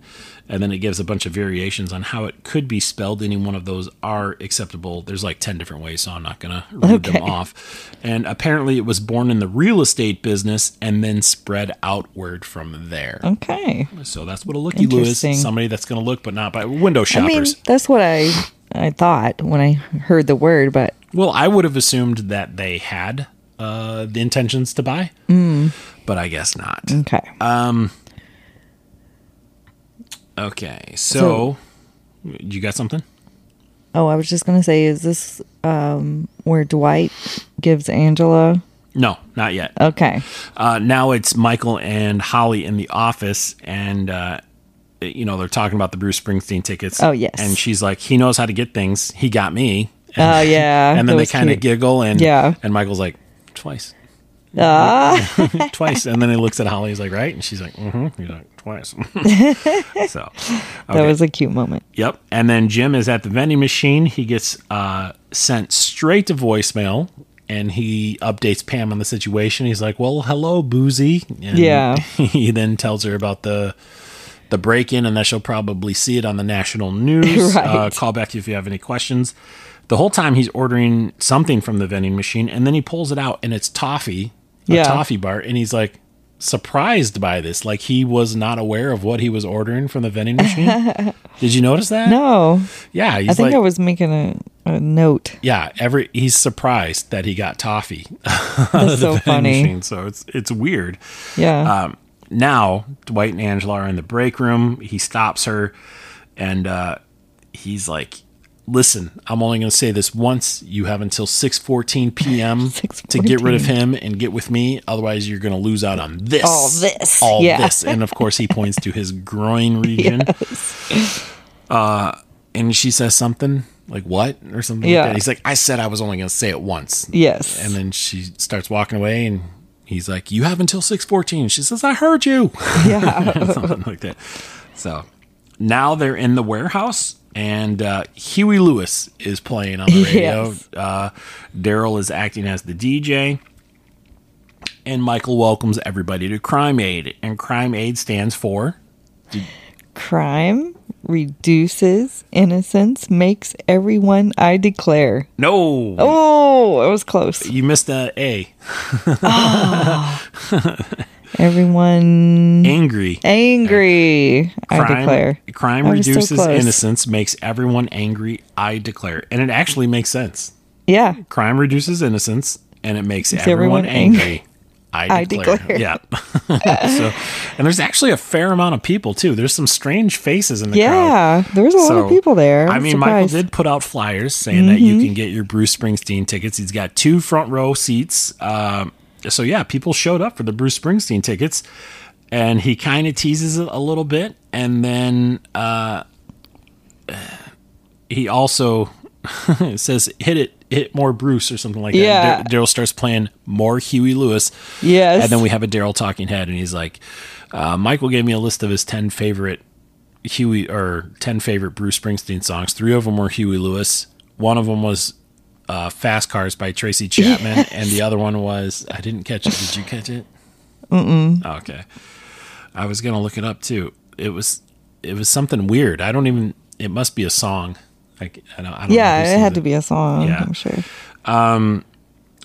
[SPEAKER 2] And then it gives a bunch of variations on how it could be spelled. Any one of those are acceptable. There's like 10 different ways, so I'm not going to read them
[SPEAKER 3] Okay.
[SPEAKER 2] off. And apparently, it was born in the real estate business and then spread outward from there.
[SPEAKER 3] Okay.
[SPEAKER 2] So that's what a looky loo
[SPEAKER 3] Interesting.
[SPEAKER 2] is. Somebody that's going to look, but not buy. Window
[SPEAKER 3] I mean,
[SPEAKER 2] shoppers.
[SPEAKER 3] that's what I I thought when I heard the word, but
[SPEAKER 2] well, I would have assumed that they had uh, the intentions to buy,
[SPEAKER 3] Mm.
[SPEAKER 2] but I guess not.
[SPEAKER 3] okay.
[SPEAKER 2] Uh, Okay, so, you got something?
[SPEAKER 3] oh, I was just gonna say, is this um where Dwight gives Angela?
[SPEAKER 2] No, not yet.
[SPEAKER 3] Okay,
[SPEAKER 2] Uh, now it's Michael and Holly in the office, and uh, you know they're talking about the Bruce Springsteen tickets.
[SPEAKER 3] Oh, yes.
[SPEAKER 2] and she's like, "He knows how to get things. He got me." And,
[SPEAKER 3] Oh, yeah.
[SPEAKER 2] and then
[SPEAKER 3] That
[SPEAKER 2] they
[SPEAKER 3] was
[SPEAKER 2] kind of
[SPEAKER 3] cute.
[SPEAKER 2] giggle, and
[SPEAKER 3] Yeah.
[SPEAKER 2] and Michael's like, "Twice." Mm-hmm.
[SPEAKER 3] Ah,
[SPEAKER 2] twice, and then he looks at Holly. He's like, "Right," and she's like, "Mm-hmm." He's like, "Twice." so
[SPEAKER 3] that
[SPEAKER 2] okay.
[SPEAKER 3] was a cute moment.
[SPEAKER 2] Yep. And then Jim is at the vending machine. He gets uh, sent straight to voicemail and he updates Pam on the situation. He's like, Well, hello, Boozy. And
[SPEAKER 3] Yeah.
[SPEAKER 2] He then tells her about the the break in and that she'll probably see it on the national news.
[SPEAKER 3] Right.
[SPEAKER 2] uh, call back if you have any questions. The whole time he's ordering something from the vending machine and then he pulls it out and it's toffee, a
[SPEAKER 3] Yeah.
[SPEAKER 2] toffee bar. And he's like, surprised by this like he was not aware of what he was ordering from the vending machine did you notice that
[SPEAKER 3] No,
[SPEAKER 2] yeah, he's
[SPEAKER 3] I think
[SPEAKER 2] like,
[SPEAKER 3] I was making a, a note.
[SPEAKER 2] yeah. Every he's surprised that he got toffee.
[SPEAKER 3] That's so funny.
[SPEAKER 2] so it's it's weird.
[SPEAKER 3] Yeah.
[SPEAKER 2] Um, now Dwight and Angela are in the break room. He stops her, and uh, he's like, "Listen, I'm only going to say this once. You have until 6:14 p.m. to get rid of him and get with me. Otherwise, you're going to lose out on this,
[SPEAKER 3] All this.
[SPEAKER 2] all
[SPEAKER 3] Yeah.
[SPEAKER 2] this." And of course, he points to his groin region. Uh, and she says something like "What" or something.
[SPEAKER 3] Yeah.
[SPEAKER 2] like that. He's like, "I said I was only going to say it once."
[SPEAKER 3] yes.
[SPEAKER 2] And then she starts walking away, and he's like, "You have until six 14. She says, "I heard you." Yeah, something like that. So now they're in the warehouse, and uh, Huey Lewis is playing on the radio.
[SPEAKER 3] Yes.
[SPEAKER 2] Uh, Daryl is acting as the DJ. And Michael welcomes everybody to Crime Aid, and Crime Aid stands for
[SPEAKER 3] Crime reduces innocence, makes everyone I declare.
[SPEAKER 2] no.
[SPEAKER 3] Oh, I was close.
[SPEAKER 2] You missed the A.
[SPEAKER 3] Everyone
[SPEAKER 2] Angry.
[SPEAKER 3] angry, I
[SPEAKER 2] crime,
[SPEAKER 3] declare.
[SPEAKER 2] crime
[SPEAKER 3] I was so
[SPEAKER 2] reduces
[SPEAKER 3] close.
[SPEAKER 2] innocence, makes everyone angry. I declare, and it actually makes sense.
[SPEAKER 3] Yeah.
[SPEAKER 2] Crime reduces innocence, and it makes
[SPEAKER 3] everyone
[SPEAKER 2] everyone, angry.
[SPEAKER 3] angry.
[SPEAKER 2] I
[SPEAKER 3] I
[SPEAKER 2] declare.
[SPEAKER 3] declare.
[SPEAKER 2] Yeah. so, and there's actually a fair amount of people too. There's some strange faces in the crowd.
[SPEAKER 3] Yeah. There was a lot
[SPEAKER 2] So,
[SPEAKER 3] of people there. Mm-hmm.
[SPEAKER 2] I
[SPEAKER 3] was
[SPEAKER 2] mean,
[SPEAKER 3] surprised.
[SPEAKER 2] Michael did put out flyers saying that you can get your Bruce Springsteen tickets. He's got two front row seats. Um, so yeah, people showed up for the Bruce Springsteen tickets, and he kind of teases it a little bit, and then uh, he also says, "Hit it, hit more Bruce" or something like that.
[SPEAKER 3] Yeah.
[SPEAKER 2] And Dar- Daryl starts playing more Huey Lewis.
[SPEAKER 3] Yes.
[SPEAKER 2] And then we have a Daryl talking head, and he's like, uh, Michael gave me a list of his 10 favorite Huey or 10 favorite Bruce Springsteen songs. Three of them were Huey Lewis, one of them was uh, Fast Cars by Tracy Chapman, and the other one was, I didn't catch it. Did you catch it? Mm-mm. Okay. I was going to look it up too. It was, it was something weird. I don't even, it must be a song. Like, I don't, I don't
[SPEAKER 3] yeah,
[SPEAKER 2] know who
[SPEAKER 3] it
[SPEAKER 2] sings
[SPEAKER 3] had to be a song,
[SPEAKER 2] Yeah.
[SPEAKER 3] I'm sure.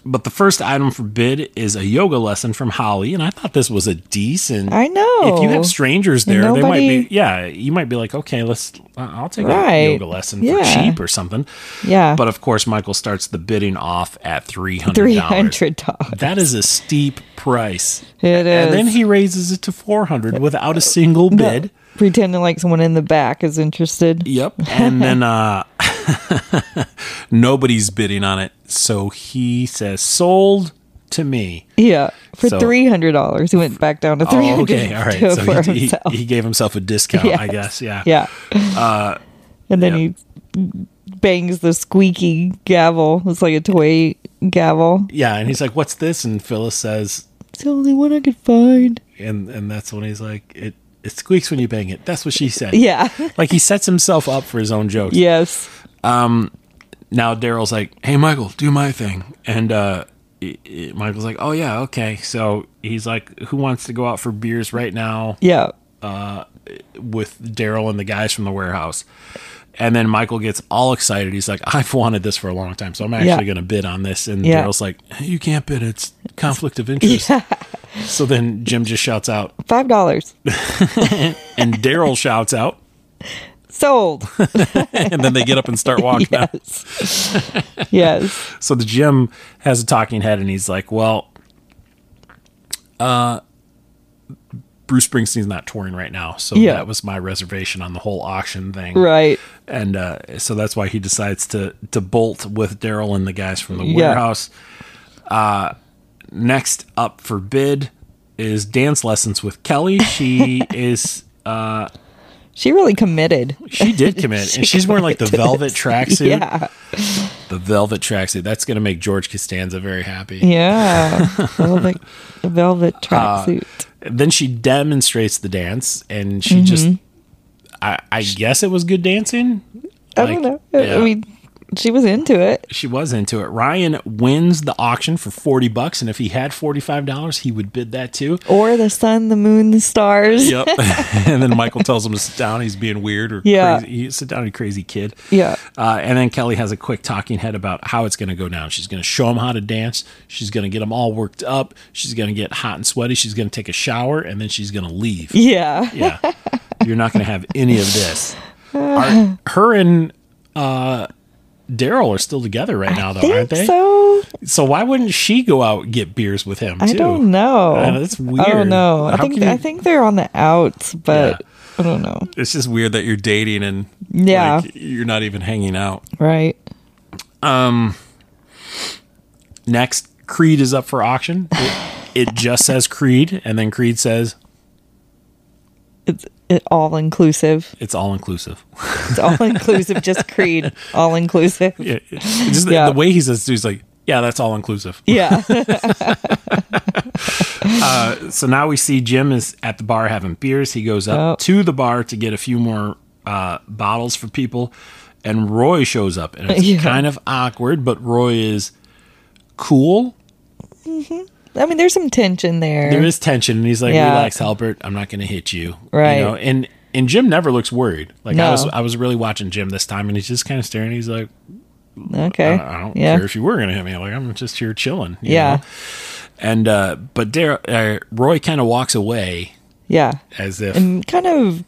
[SPEAKER 2] But the first item for bid is a yoga lesson from Holly, and I thought this was a decent.
[SPEAKER 3] I know.
[SPEAKER 2] If you have strangers
[SPEAKER 3] And
[SPEAKER 2] there, they
[SPEAKER 3] Oh.
[SPEAKER 2] might
[SPEAKER 3] nobody-
[SPEAKER 2] be. Yeah, you might be like, okay, let's. uh, I'll take a
[SPEAKER 3] Right.
[SPEAKER 2] yoga lesson for
[SPEAKER 3] Yeah.
[SPEAKER 2] cheap or something.
[SPEAKER 3] Yeah.
[SPEAKER 2] But of course, Michael starts the bidding off at three hundred
[SPEAKER 3] Three
[SPEAKER 2] dollars.
[SPEAKER 3] hundred dollars.
[SPEAKER 2] That is a steep price.
[SPEAKER 3] It
[SPEAKER 2] And then
[SPEAKER 3] is.
[SPEAKER 2] he raises it to four hundred without a single bid.
[SPEAKER 3] Pretending like someone in the back is interested.
[SPEAKER 2] Yep. And then uh nobody's bidding on it, so he says, "Sold to me."
[SPEAKER 3] Yeah. For
[SPEAKER 2] So-
[SPEAKER 3] three hundred dollars. He went back down to three
[SPEAKER 2] Oh,
[SPEAKER 3] hundred
[SPEAKER 2] okay, all right.
[SPEAKER 3] for
[SPEAKER 2] So he,
[SPEAKER 3] himself.
[SPEAKER 2] he, he gave himself a discount, I
[SPEAKER 3] Yes.
[SPEAKER 2] guess. Yeah.
[SPEAKER 3] yeah. and then
[SPEAKER 2] Uh, yeah.
[SPEAKER 3] he bangs the squeaky gavel. It's like a toy gavel.
[SPEAKER 2] Yeah, and he's like, "What's this?" And Phyllis says,
[SPEAKER 3] It's the only one I could find.
[SPEAKER 2] and and that's when he's like, "It it squeaks when you bang it." That's what she said.
[SPEAKER 3] Yeah.
[SPEAKER 2] Like he sets himself up for his own jokes.
[SPEAKER 3] yes.
[SPEAKER 2] Now Daryl's like, "Hey Michael, do my thing," and uh, i- i- Michael's like, "Oh yeah, okay." So he's like, "Who wants to go out for beers right now?"
[SPEAKER 3] Yeah.
[SPEAKER 2] with Daryl and the guys from the warehouse. And then Michael gets all excited. He's like, I've wanted this for a long time, so I'm actually
[SPEAKER 3] Yeah.
[SPEAKER 2] going to bid on this. And
[SPEAKER 3] Yeah.
[SPEAKER 2] Daryl's like, You can't bid. It's conflict of interest. So then Jim just shouts out,
[SPEAKER 3] Five dollars.
[SPEAKER 2] and Daryl shouts out,
[SPEAKER 3] Sold.
[SPEAKER 2] and then they get up and start walking out.
[SPEAKER 3] yes. yes.
[SPEAKER 2] So the Jim has a talking head, and he's like, "Well, uh, Bruce Springsteen's not touring right now, so
[SPEAKER 3] Yeah.
[SPEAKER 2] that was my reservation on the whole auction thing,
[SPEAKER 3] Right.
[SPEAKER 2] And uh, so that's why he decides to to bolt with Daryl and the guys from the
[SPEAKER 3] Yeah.
[SPEAKER 2] warehouse. Uh, next up for bid is dance lessons with Kelly. She is
[SPEAKER 3] She really committed.
[SPEAKER 2] she did commit, and she's wearing like the velvet tracksuit.
[SPEAKER 3] Yeah.
[SPEAKER 2] The velvet tracksuit. That's gonna make George Costanza very happy.
[SPEAKER 3] Yeah. velvet, velvet
[SPEAKER 2] Uh,
[SPEAKER 3] tracksuit.
[SPEAKER 2] then she demonstrates the dance and
[SPEAKER 3] Mm-hmm.
[SPEAKER 2] she just I, I guess it was good dancing
[SPEAKER 3] I don't know.
[SPEAKER 2] like, yeah.
[SPEAKER 3] I mean, she was into it.
[SPEAKER 2] she was into it ryan wins the auction for 40 bucks and if he had $45 he would bid that too
[SPEAKER 3] Or the sun, the moon, the stars.
[SPEAKER 2] yep and then michael tells him to sit down he's being weird or
[SPEAKER 3] Yeah.
[SPEAKER 2] crazy you sit down you crazy kid
[SPEAKER 3] Yeah.
[SPEAKER 2] uh, and then kelly has a quick talking head about how it's going to go down she's going to show him how to dance she's going to get him all worked up she's going to get hot and sweaty she's going to take a shower and then she's going to leave
[SPEAKER 3] Yeah.
[SPEAKER 2] yeah you're not going to have any of this Are- her and uh daryl are still together right now though aren't they
[SPEAKER 3] so.
[SPEAKER 2] So why wouldn't she go out and get beers with him
[SPEAKER 3] I
[SPEAKER 2] too
[SPEAKER 3] don't know.
[SPEAKER 2] Uh, that's
[SPEAKER 3] I
[SPEAKER 2] weird.
[SPEAKER 3] don't know. I
[SPEAKER 2] How
[SPEAKER 3] think
[SPEAKER 2] can you-
[SPEAKER 3] I think they're on the outs, but
[SPEAKER 2] Yeah.
[SPEAKER 3] I don't know.
[SPEAKER 2] it's just weird that you're dating and
[SPEAKER 3] Yeah.
[SPEAKER 2] like, you're not even hanging out
[SPEAKER 3] Right.
[SPEAKER 2] next creed is up for auction it, it just says creed and then creed says
[SPEAKER 3] It's it, all inclusive.
[SPEAKER 2] it's all inclusive
[SPEAKER 3] It's all inclusive. Just Creed. All inclusive.
[SPEAKER 2] yeah, it- just the,
[SPEAKER 3] Yeah.
[SPEAKER 2] the way he says it, he's like yeah that's all inclusive
[SPEAKER 3] Yeah.
[SPEAKER 2] so now we see Jim is at the bar having beers. He goes up
[SPEAKER 3] Oh.
[SPEAKER 2] to the bar to get a few more uh, bottles for people, and Roy shows up, and it's
[SPEAKER 3] Yeah.
[SPEAKER 2] kind of awkward. But Roy is cool.
[SPEAKER 3] I mean, there's some tension there.
[SPEAKER 2] There is tension, and he's like,
[SPEAKER 3] Yeah.
[SPEAKER 2] "Relax, Halbert. I'm not going to hit you."
[SPEAKER 3] Right.
[SPEAKER 2] You know, and and Jim never looks worried. Like I
[SPEAKER 3] No.
[SPEAKER 2] was, I was really watching Jim this time, and he's just kind of staring. He's like,
[SPEAKER 3] okay.
[SPEAKER 2] I don't
[SPEAKER 3] yeah.
[SPEAKER 2] care if you were going to hit me. Like I'm just here chilling. you
[SPEAKER 3] Yeah.
[SPEAKER 2] know? And uh, but Dar- uh, Roy kind of walks away
[SPEAKER 3] Yeah.
[SPEAKER 2] as if
[SPEAKER 3] And kind of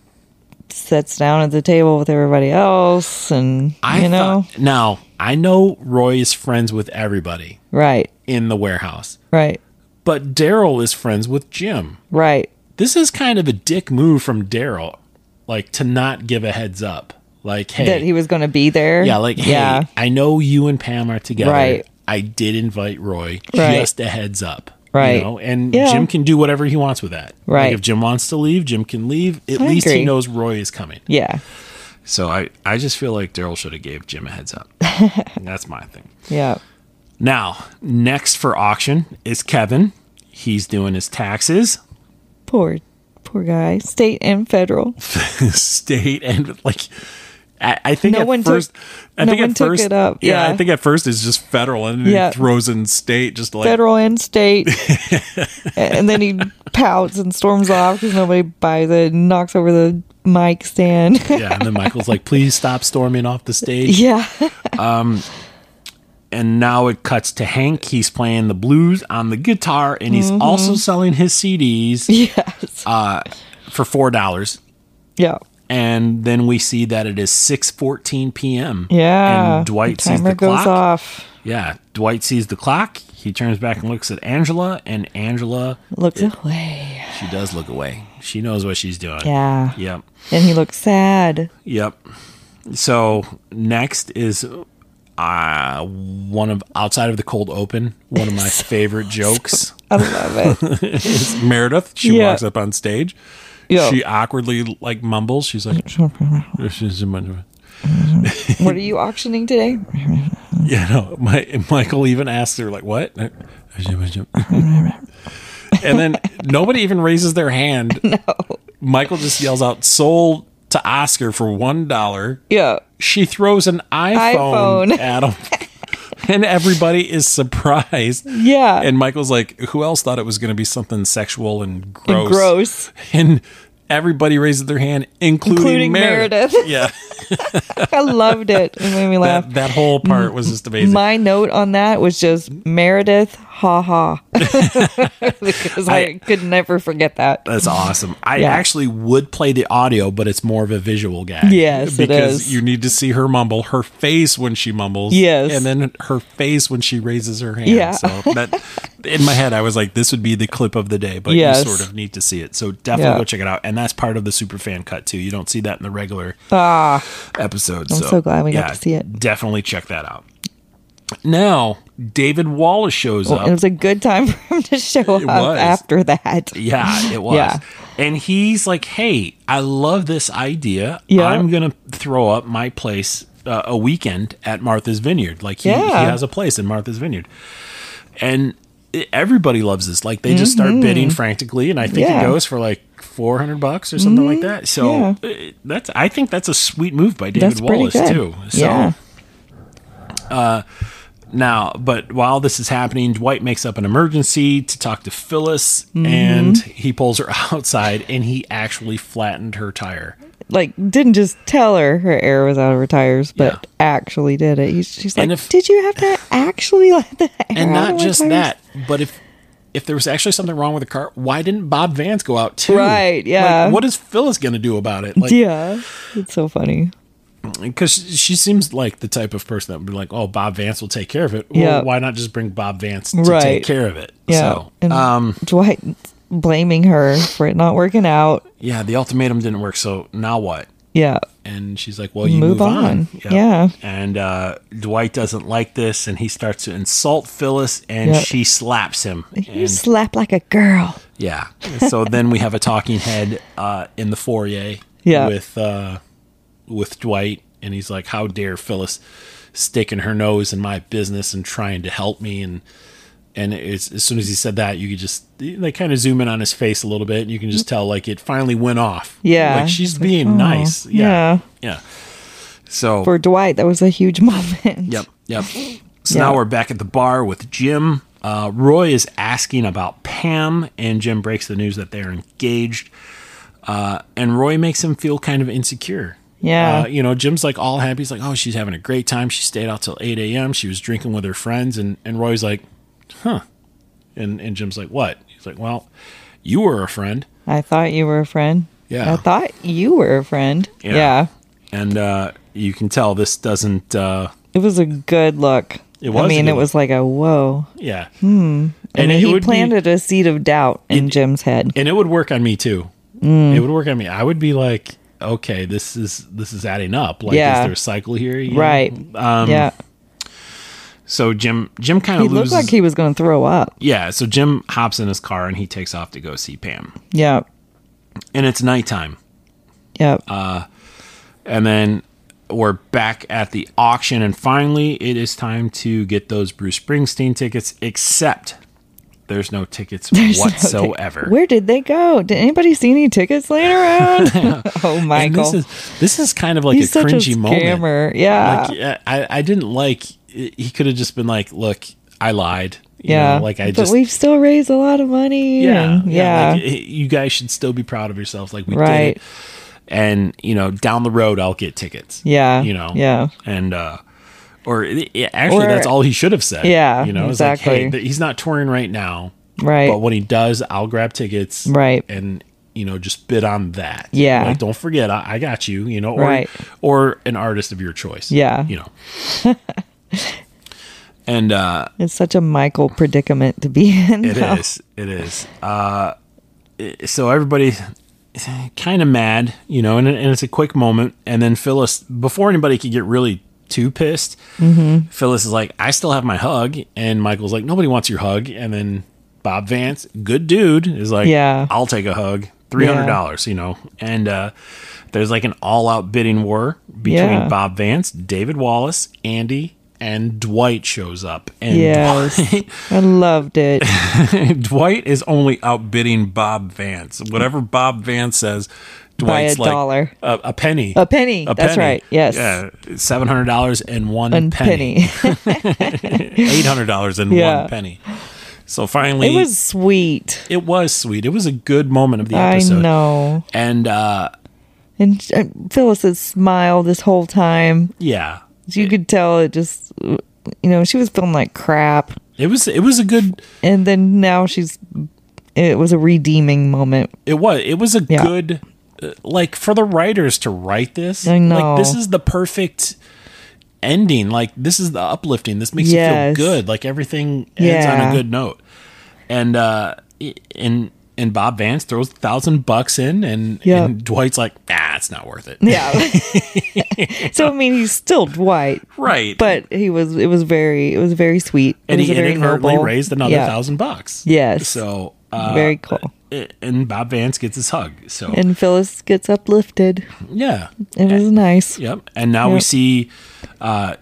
[SPEAKER 3] sits down at the table with everybody else, and
[SPEAKER 2] I
[SPEAKER 3] you know,
[SPEAKER 2] thought, now I know Roy is friends with everybody
[SPEAKER 3] right,
[SPEAKER 2] in the warehouse,
[SPEAKER 3] right,
[SPEAKER 2] but Daryl is friends with Jim.
[SPEAKER 3] right.
[SPEAKER 2] This is kind of a dick move from Daryl, like to not give a heads up, like hey,
[SPEAKER 3] That he was going to be there.
[SPEAKER 2] yeah, like hey,
[SPEAKER 3] yeah,
[SPEAKER 2] I know you and Pam are together.
[SPEAKER 3] Right.
[SPEAKER 2] I did invite Roy,
[SPEAKER 3] Right.
[SPEAKER 2] just a heads up.
[SPEAKER 3] Right.
[SPEAKER 2] You know, and
[SPEAKER 3] Yeah.
[SPEAKER 2] Jim can do whatever he wants with that. Like,
[SPEAKER 3] Right.
[SPEAKER 2] if Jim wants to leave, Jim can leave. At
[SPEAKER 3] I
[SPEAKER 2] least he
[SPEAKER 3] agree.
[SPEAKER 2] knows Roy is coming.
[SPEAKER 3] yeah,
[SPEAKER 2] So I, I just feel like Daryl should have gave Jim a heads up. That's my thing.
[SPEAKER 3] yeah.
[SPEAKER 2] Now, next for auction is Kevin. He's doing his taxes,
[SPEAKER 3] Poor, poor guy. State and federal.
[SPEAKER 2] state, and like I, I think
[SPEAKER 3] No
[SPEAKER 2] at
[SPEAKER 3] one took-
[SPEAKER 2] first, I
[SPEAKER 3] no
[SPEAKER 2] think
[SPEAKER 3] one
[SPEAKER 2] at
[SPEAKER 3] took
[SPEAKER 2] first,
[SPEAKER 3] it up,
[SPEAKER 2] Yeah, I
[SPEAKER 3] yeah.
[SPEAKER 2] think at first it's just federal, and then
[SPEAKER 3] Yeah.
[SPEAKER 2] it throws in state, just like
[SPEAKER 3] federal and state. and then he pouts and storms off because nobody buys it and knocks over the mic stand.
[SPEAKER 2] yeah. And then Michael's like, "Please stop storming off the stage."
[SPEAKER 3] yeah.
[SPEAKER 2] And now it cuts to Hank. He's playing the blues on the guitar, and he's
[SPEAKER 3] Mm-hmm.
[SPEAKER 2] also selling his CDs
[SPEAKER 3] Yes.
[SPEAKER 2] for four dollars.
[SPEAKER 3] yeah.
[SPEAKER 2] And then we see that it is six fourteen p.m.
[SPEAKER 3] Yeah.
[SPEAKER 2] and Dwight
[SPEAKER 3] the
[SPEAKER 2] sees
[SPEAKER 3] timer
[SPEAKER 2] the
[SPEAKER 3] goes
[SPEAKER 2] clock.
[SPEAKER 3] off.
[SPEAKER 2] Yeah, Dwight sees the clock. He turns back and looks at Angela, and Angela,
[SPEAKER 3] Looks away.
[SPEAKER 2] she does look away. She knows what she's doing.
[SPEAKER 3] Yeah.
[SPEAKER 2] Yep.
[SPEAKER 3] And he looks sad.
[SPEAKER 2] Yep. So next is uh, one of outside of the cold open. One of my favorite jokes
[SPEAKER 3] I love it.
[SPEAKER 2] is Meredith. She
[SPEAKER 3] Yeah.
[SPEAKER 2] walks up on stage.
[SPEAKER 3] Yeah.
[SPEAKER 2] She awkwardly like mumbles. She's like, "This is a mon-"
[SPEAKER 3] what are you auctioning today?
[SPEAKER 2] Yeah, no. My, Michael even asked her, like, what? and then nobody even raises their hand. No. Michael just yells out, sold to Oscar for $1.
[SPEAKER 3] Yeah.
[SPEAKER 2] She throws an iPhone,
[SPEAKER 3] iPhone.
[SPEAKER 2] at him. and everybody is surprised.
[SPEAKER 3] Yeah.
[SPEAKER 2] And Michael's like, who else thought it was going to be something sexual and gross?
[SPEAKER 3] And gross.
[SPEAKER 2] And everybody raises their hand, including,
[SPEAKER 3] Including
[SPEAKER 2] Meredith.
[SPEAKER 3] Meredith.
[SPEAKER 2] yeah.
[SPEAKER 3] I loved it. It made me laugh.
[SPEAKER 2] That, that whole part was just amazing.
[SPEAKER 3] My note on that was just Meredith ha ha. because I,
[SPEAKER 2] I-
[SPEAKER 3] could never forget that.
[SPEAKER 2] That's awesome. I
[SPEAKER 3] Yeah.
[SPEAKER 2] actually would play the audio, but it's more of a visual gag.
[SPEAKER 3] Yes, it
[SPEAKER 2] because
[SPEAKER 3] is.
[SPEAKER 2] you need to see her mumble, her face when she mumbles,
[SPEAKER 3] Yes.
[SPEAKER 2] and then her face when she raises her hand.
[SPEAKER 3] Yeah.
[SPEAKER 2] So that in my head, I was like, this would be the clip of the day, but
[SPEAKER 3] Yes.
[SPEAKER 2] you sort of need to see it. So definitely
[SPEAKER 3] Yeah.
[SPEAKER 2] go check it out, and that's part of the super fan cut too. You don't see that in the regular
[SPEAKER 3] Ah,
[SPEAKER 2] episode.
[SPEAKER 3] I'm so glad we got to see it.
[SPEAKER 2] Definitely check that out. Now David Wallace shows up.
[SPEAKER 3] it was a good time for him to show up
[SPEAKER 2] It was.
[SPEAKER 3] after that.
[SPEAKER 2] Yeah, it was.
[SPEAKER 3] Yeah.
[SPEAKER 2] And he's like, "Hey, I love this idea.
[SPEAKER 3] Yeah.
[SPEAKER 2] I'm gonna throw up my place uh, a weekend at Martha's Vineyard. Like he, he
[SPEAKER 3] Yeah.
[SPEAKER 2] has a place in Martha's Vineyard, and i everybody loves this. Like they just start bidding frantically, and I think
[SPEAKER 3] Mm-hmm. Yeah. Mm-hmm.
[SPEAKER 2] it goes for like." 400 bucks or something like that. So uh, that's I think that's a sweet move by David
[SPEAKER 3] That's pretty
[SPEAKER 2] Wallace
[SPEAKER 3] good.
[SPEAKER 2] too. So
[SPEAKER 3] yeah.
[SPEAKER 2] now, but while this is happening, Dwight makes up an emergency to talk to Phyllis
[SPEAKER 3] Mm-hmm.
[SPEAKER 2] and he pulls her outside and he actually flattened her tire.
[SPEAKER 3] Like, didn't just tell her her air was out of her tires, but
[SPEAKER 2] Yeah.
[SPEAKER 3] actually did it. He's, she's like,
[SPEAKER 2] And if-
[SPEAKER 3] Did you have to actually let the air
[SPEAKER 2] And
[SPEAKER 3] out of
[SPEAKER 2] not
[SPEAKER 3] my
[SPEAKER 2] just
[SPEAKER 3] tires?"
[SPEAKER 2] that, but if if there was actually something wrong with the car, why didn't Bob Vance go out too?
[SPEAKER 3] Right, yeah.
[SPEAKER 2] Like, what is Phyllis going to do about it? Like,
[SPEAKER 3] Yeah. It's so funny.
[SPEAKER 2] because she seems like the type of person that would be like, "Oh, Bob Vance will take care of it." Well,
[SPEAKER 3] Yeah.
[SPEAKER 2] why not just bring Bob Vance to
[SPEAKER 3] Right.
[SPEAKER 2] take care of it?
[SPEAKER 3] Yeah.
[SPEAKER 2] So,
[SPEAKER 3] and
[SPEAKER 2] um,
[SPEAKER 3] Dwight blaming her for it not working out.
[SPEAKER 2] yeah, the ultimatum didn't work. So now what?
[SPEAKER 3] Yeah.
[SPEAKER 2] And she's like, "Well, you move,
[SPEAKER 3] Move
[SPEAKER 2] on."
[SPEAKER 3] on. Yeah.
[SPEAKER 2] And uh, Dwight doesn't like this, and he starts to insult Phyllis, and
[SPEAKER 3] Yeah.
[SPEAKER 2] she slaps him.
[SPEAKER 3] You
[SPEAKER 2] And,
[SPEAKER 3] slap like a girl.
[SPEAKER 2] yeah. so then we have a talking head uh, in the foyer.
[SPEAKER 3] Yeah.
[SPEAKER 2] With uh, with Dwight, and he's like, "How dare Phyllis sticking her nose in my business and trying to help me?" And and it's, as soon as he said that, you could just they kind of zoom in on his face a little bit, and you can just tell like it finally went off.
[SPEAKER 3] Yeah.
[SPEAKER 2] Like she's
[SPEAKER 3] It's like,
[SPEAKER 2] being
[SPEAKER 3] "Oh,
[SPEAKER 2] nice. Yeah. Yeah. So
[SPEAKER 3] For Dwight, that was a huge moment.
[SPEAKER 2] Yep, yep.
[SPEAKER 3] Yeah.
[SPEAKER 2] So now we're back at the bar with Jim. Uh, Roy is asking about Pam, and Jim breaks the news that they're engaged. Uh, and Roy makes him feel kind of insecure.
[SPEAKER 3] Yeah.
[SPEAKER 2] Uh, you know, Jim's like all happy. He's like, oh, she's having a great time. She stayed out till 8 a.m. She was drinking with her friends. And, and Roy's like, huh. And, and Jim's like, what? He's like, well, you were a friend.
[SPEAKER 3] I thought you were a friend.
[SPEAKER 2] Yeah.
[SPEAKER 3] I thought you were a friend.
[SPEAKER 2] Yeah.
[SPEAKER 3] Yeah.
[SPEAKER 2] And uh, you can tell this doesn't, uh,
[SPEAKER 3] It was a good look.
[SPEAKER 2] It was a
[SPEAKER 3] I mean,
[SPEAKER 2] good
[SPEAKER 3] it was like a whoa.
[SPEAKER 2] yeah. Hmm.
[SPEAKER 3] I mean, he
[SPEAKER 2] would be-
[SPEAKER 3] planted a seed of doubt in Jim's head.
[SPEAKER 2] and it would work on me too.
[SPEAKER 3] Mm.
[SPEAKER 2] It would work on me. I would be like, okay, this is this is adding up. Like,
[SPEAKER 3] Yeah.
[SPEAKER 2] is there a cycle here? You know?
[SPEAKER 3] Right.
[SPEAKER 2] um,
[SPEAKER 3] yeah.
[SPEAKER 2] So Jim, Jim kind
[SPEAKER 3] He
[SPEAKER 2] of loses.
[SPEAKER 3] looked like he was going to throw up.
[SPEAKER 2] yeah. So Jim hops in his car and he takes off to go see Pam,
[SPEAKER 3] Yep.
[SPEAKER 2] and it's nighttime.
[SPEAKER 3] Yep.
[SPEAKER 2] Uh, And then we're back at the auction, and finally, it is time to get those Bruce Springsteen tickets. Except there's no tickets
[SPEAKER 3] There's no tick-
[SPEAKER 2] whatsoever.
[SPEAKER 3] Where did they go? Did anybody see any tickets laying around? oh,
[SPEAKER 2] And
[SPEAKER 3] Michael.
[SPEAKER 2] this is this is kind of like
[SPEAKER 3] He's
[SPEAKER 2] a
[SPEAKER 3] such a
[SPEAKER 2] cringy moment.
[SPEAKER 3] scammer. Yeah.
[SPEAKER 2] like yeah, I, I didn't like. He could have just been like, "Look, I lied." You
[SPEAKER 3] yeah.
[SPEAKER 2] know, like I
[SPEAKER 3] but
[SPEAKER 2] just.
[SPEAKER 3] we've still raised a lot of money.
[SPEAKER 2] yeah,
[SPEAKER 3] and- yeah.
[SPEAKER 2] yeah. like, eh, you guys should still be proud of yourselves. Like we did
[SPEAKER 3] Right.
[SPEAKER 2] it, and you know, down the road I'll get tickets.
[SPEAKER 3] Yeah,
[SPEAKER 2] you know,
[SPEAKER 3] yeah.
[SPEAKER 2] and uh, or it, it- actually,
[SPEAKER 3] Or-
[SPEAKER 2] that's all he should have said.
[SPEAKER 3] Yeah,
[SPEAKER 2] you know, It's like, hey,
[SPEAKER 3] exactly.
[SPEAKER 2] th- he's not touring right now,
[SPEAKER 3] Right.
[SPEAKER 2] But when he does, I'll grab tickets,
[SPEAKER 3] Right.
[SPEAKER 2] And you know, just bid on that.
[SPEAKER 3] Yeah.
[SPEAKER 2] like don't forget, I, I got you. You know, or
[SPEAKER 3] Right.
[SPEAKER 2] or an artist of your choice.
[SPEAKER 3] Yeah.
[SPEAKER 2] you know. and uh,
[SPEAKER 3] It's such a Michael predicament to be in.
[SPEAKER 2] it is.
[SPEAKER 3] though.
[SPEAKER 2] It is. Uh, i- so everybody's kind of mad, you know, and, it- and it's a quick moment. And then Phyllis, before anybody could get really too pissed,
[SPEAKER 3] Mm-hmm.
[SPEAKER 2] Phyllis is like, I still have my hug. And Michael's like, nobody wants your hug. And then Bob Vance, good dude, is like,
[SPEAKER 3] Yeah.
[SPEAKER 2] I'll take a hug. $300, you know. And uh, there's like an all out bidding war between
[SPEAKER 3] Yeah.
[SPEAKER 2] Bob Vance, David Wallace, Andy, and Dwight shows up. And
[SPEAKER 3] Yes.
[SPEAKER 2] Dwight-
[SPEAKER 3] I loved it.
[SPEAKER 2] Dwight is only outbidding Bob Vance. Whatever Bob Vance says,
[SPEAKER 3] By a
[SPEAKER 2] Dwight's like
[SPEAKER 3] dollar.
[SPEAKER 2] A, a penny.
[SPEAKER 3] A penny. That's right. Yes.
[SPEAKER 2] Yeah. Seven hundred dollars and one
[SPEAKER 3] And
[SPEAKER 2] penny.
[SPEAKER 3] Penny.
[SPEAKER 2] Eight hundred dollars and
[SPEAKER 3] Yeah.
[SPEAKER 2] one penny. So finally,
[SPEAKER 3] it was sweet.
[SPEAKER 2] it was sweet. It was a good moment of the
[SPEAKER 3] I
[SPEAKER 2] episode.
[SPEAKER 3] know.
[SPEAKER 2] And uh,
[SPEAKER 3] And uh, Phyllis's smile this whole time.
[SPEAKER 2] yeah,
[SPEAKER 3] You could tell it just, you know, she was feeling like crap.
[SPEAKER 2] It was it was a good
[SPEAKER 3] And then now she's. It was a redeeming moment.
[SPEAKER 2] it was it was a
[SPEAKER 3] Yeah.
[SPEAKER 2] good uh, like for the writers to write this.
[SPEAKER 3] I know.
[SPEAKER 2] Like this is the perfect ending. Like this is the uplifting. This makes
[SPEAKER 3] Yes.
[SPEAKER 2] you feel good. Like everything ends on
[SPEAKER 3] Yeah.
[SPEAKER 2] a good note. And uh i- and and Bob Vance throws a thousand bucks in and,
[SPEAKER 3] Yeah.
[SPEAKER 2] and Dwight's like, nah, it's not worth it.
[SPEAKER 3] Yeah. so I mean, he's still Dwight,
[SPEAKER 2] right.
[SPEAKER 3] but he was. It was very. It was very sweet. It
[SPEAKER 2] and
[SPEAKER 3] was
[SPEAKER 2] he
[SPEAKER 3] very
[SPEAKER 2] inadvertently
[SPEAKER 3] noble.
[SPEAKER 2] raised another
[SPEAKER 3] Yeah.
[SPEAKER 2] thousand bucks.
[SPEAKER 3] Yes.
[SPEAKER 2] So uh,
[SPEAKER 3] very cool.
[SPEAKER 2] i- and Bob Vance gets his hug. So
[SPEAKER 3] And Phyllis gets uplifted.
[SPEAKER 2] yeah,
[SPEAKER 3] It was nice.
[SPEAKER 2] yep. And now we
[SPEAKER 3] Yep.
[SPEAKER 2] see uh,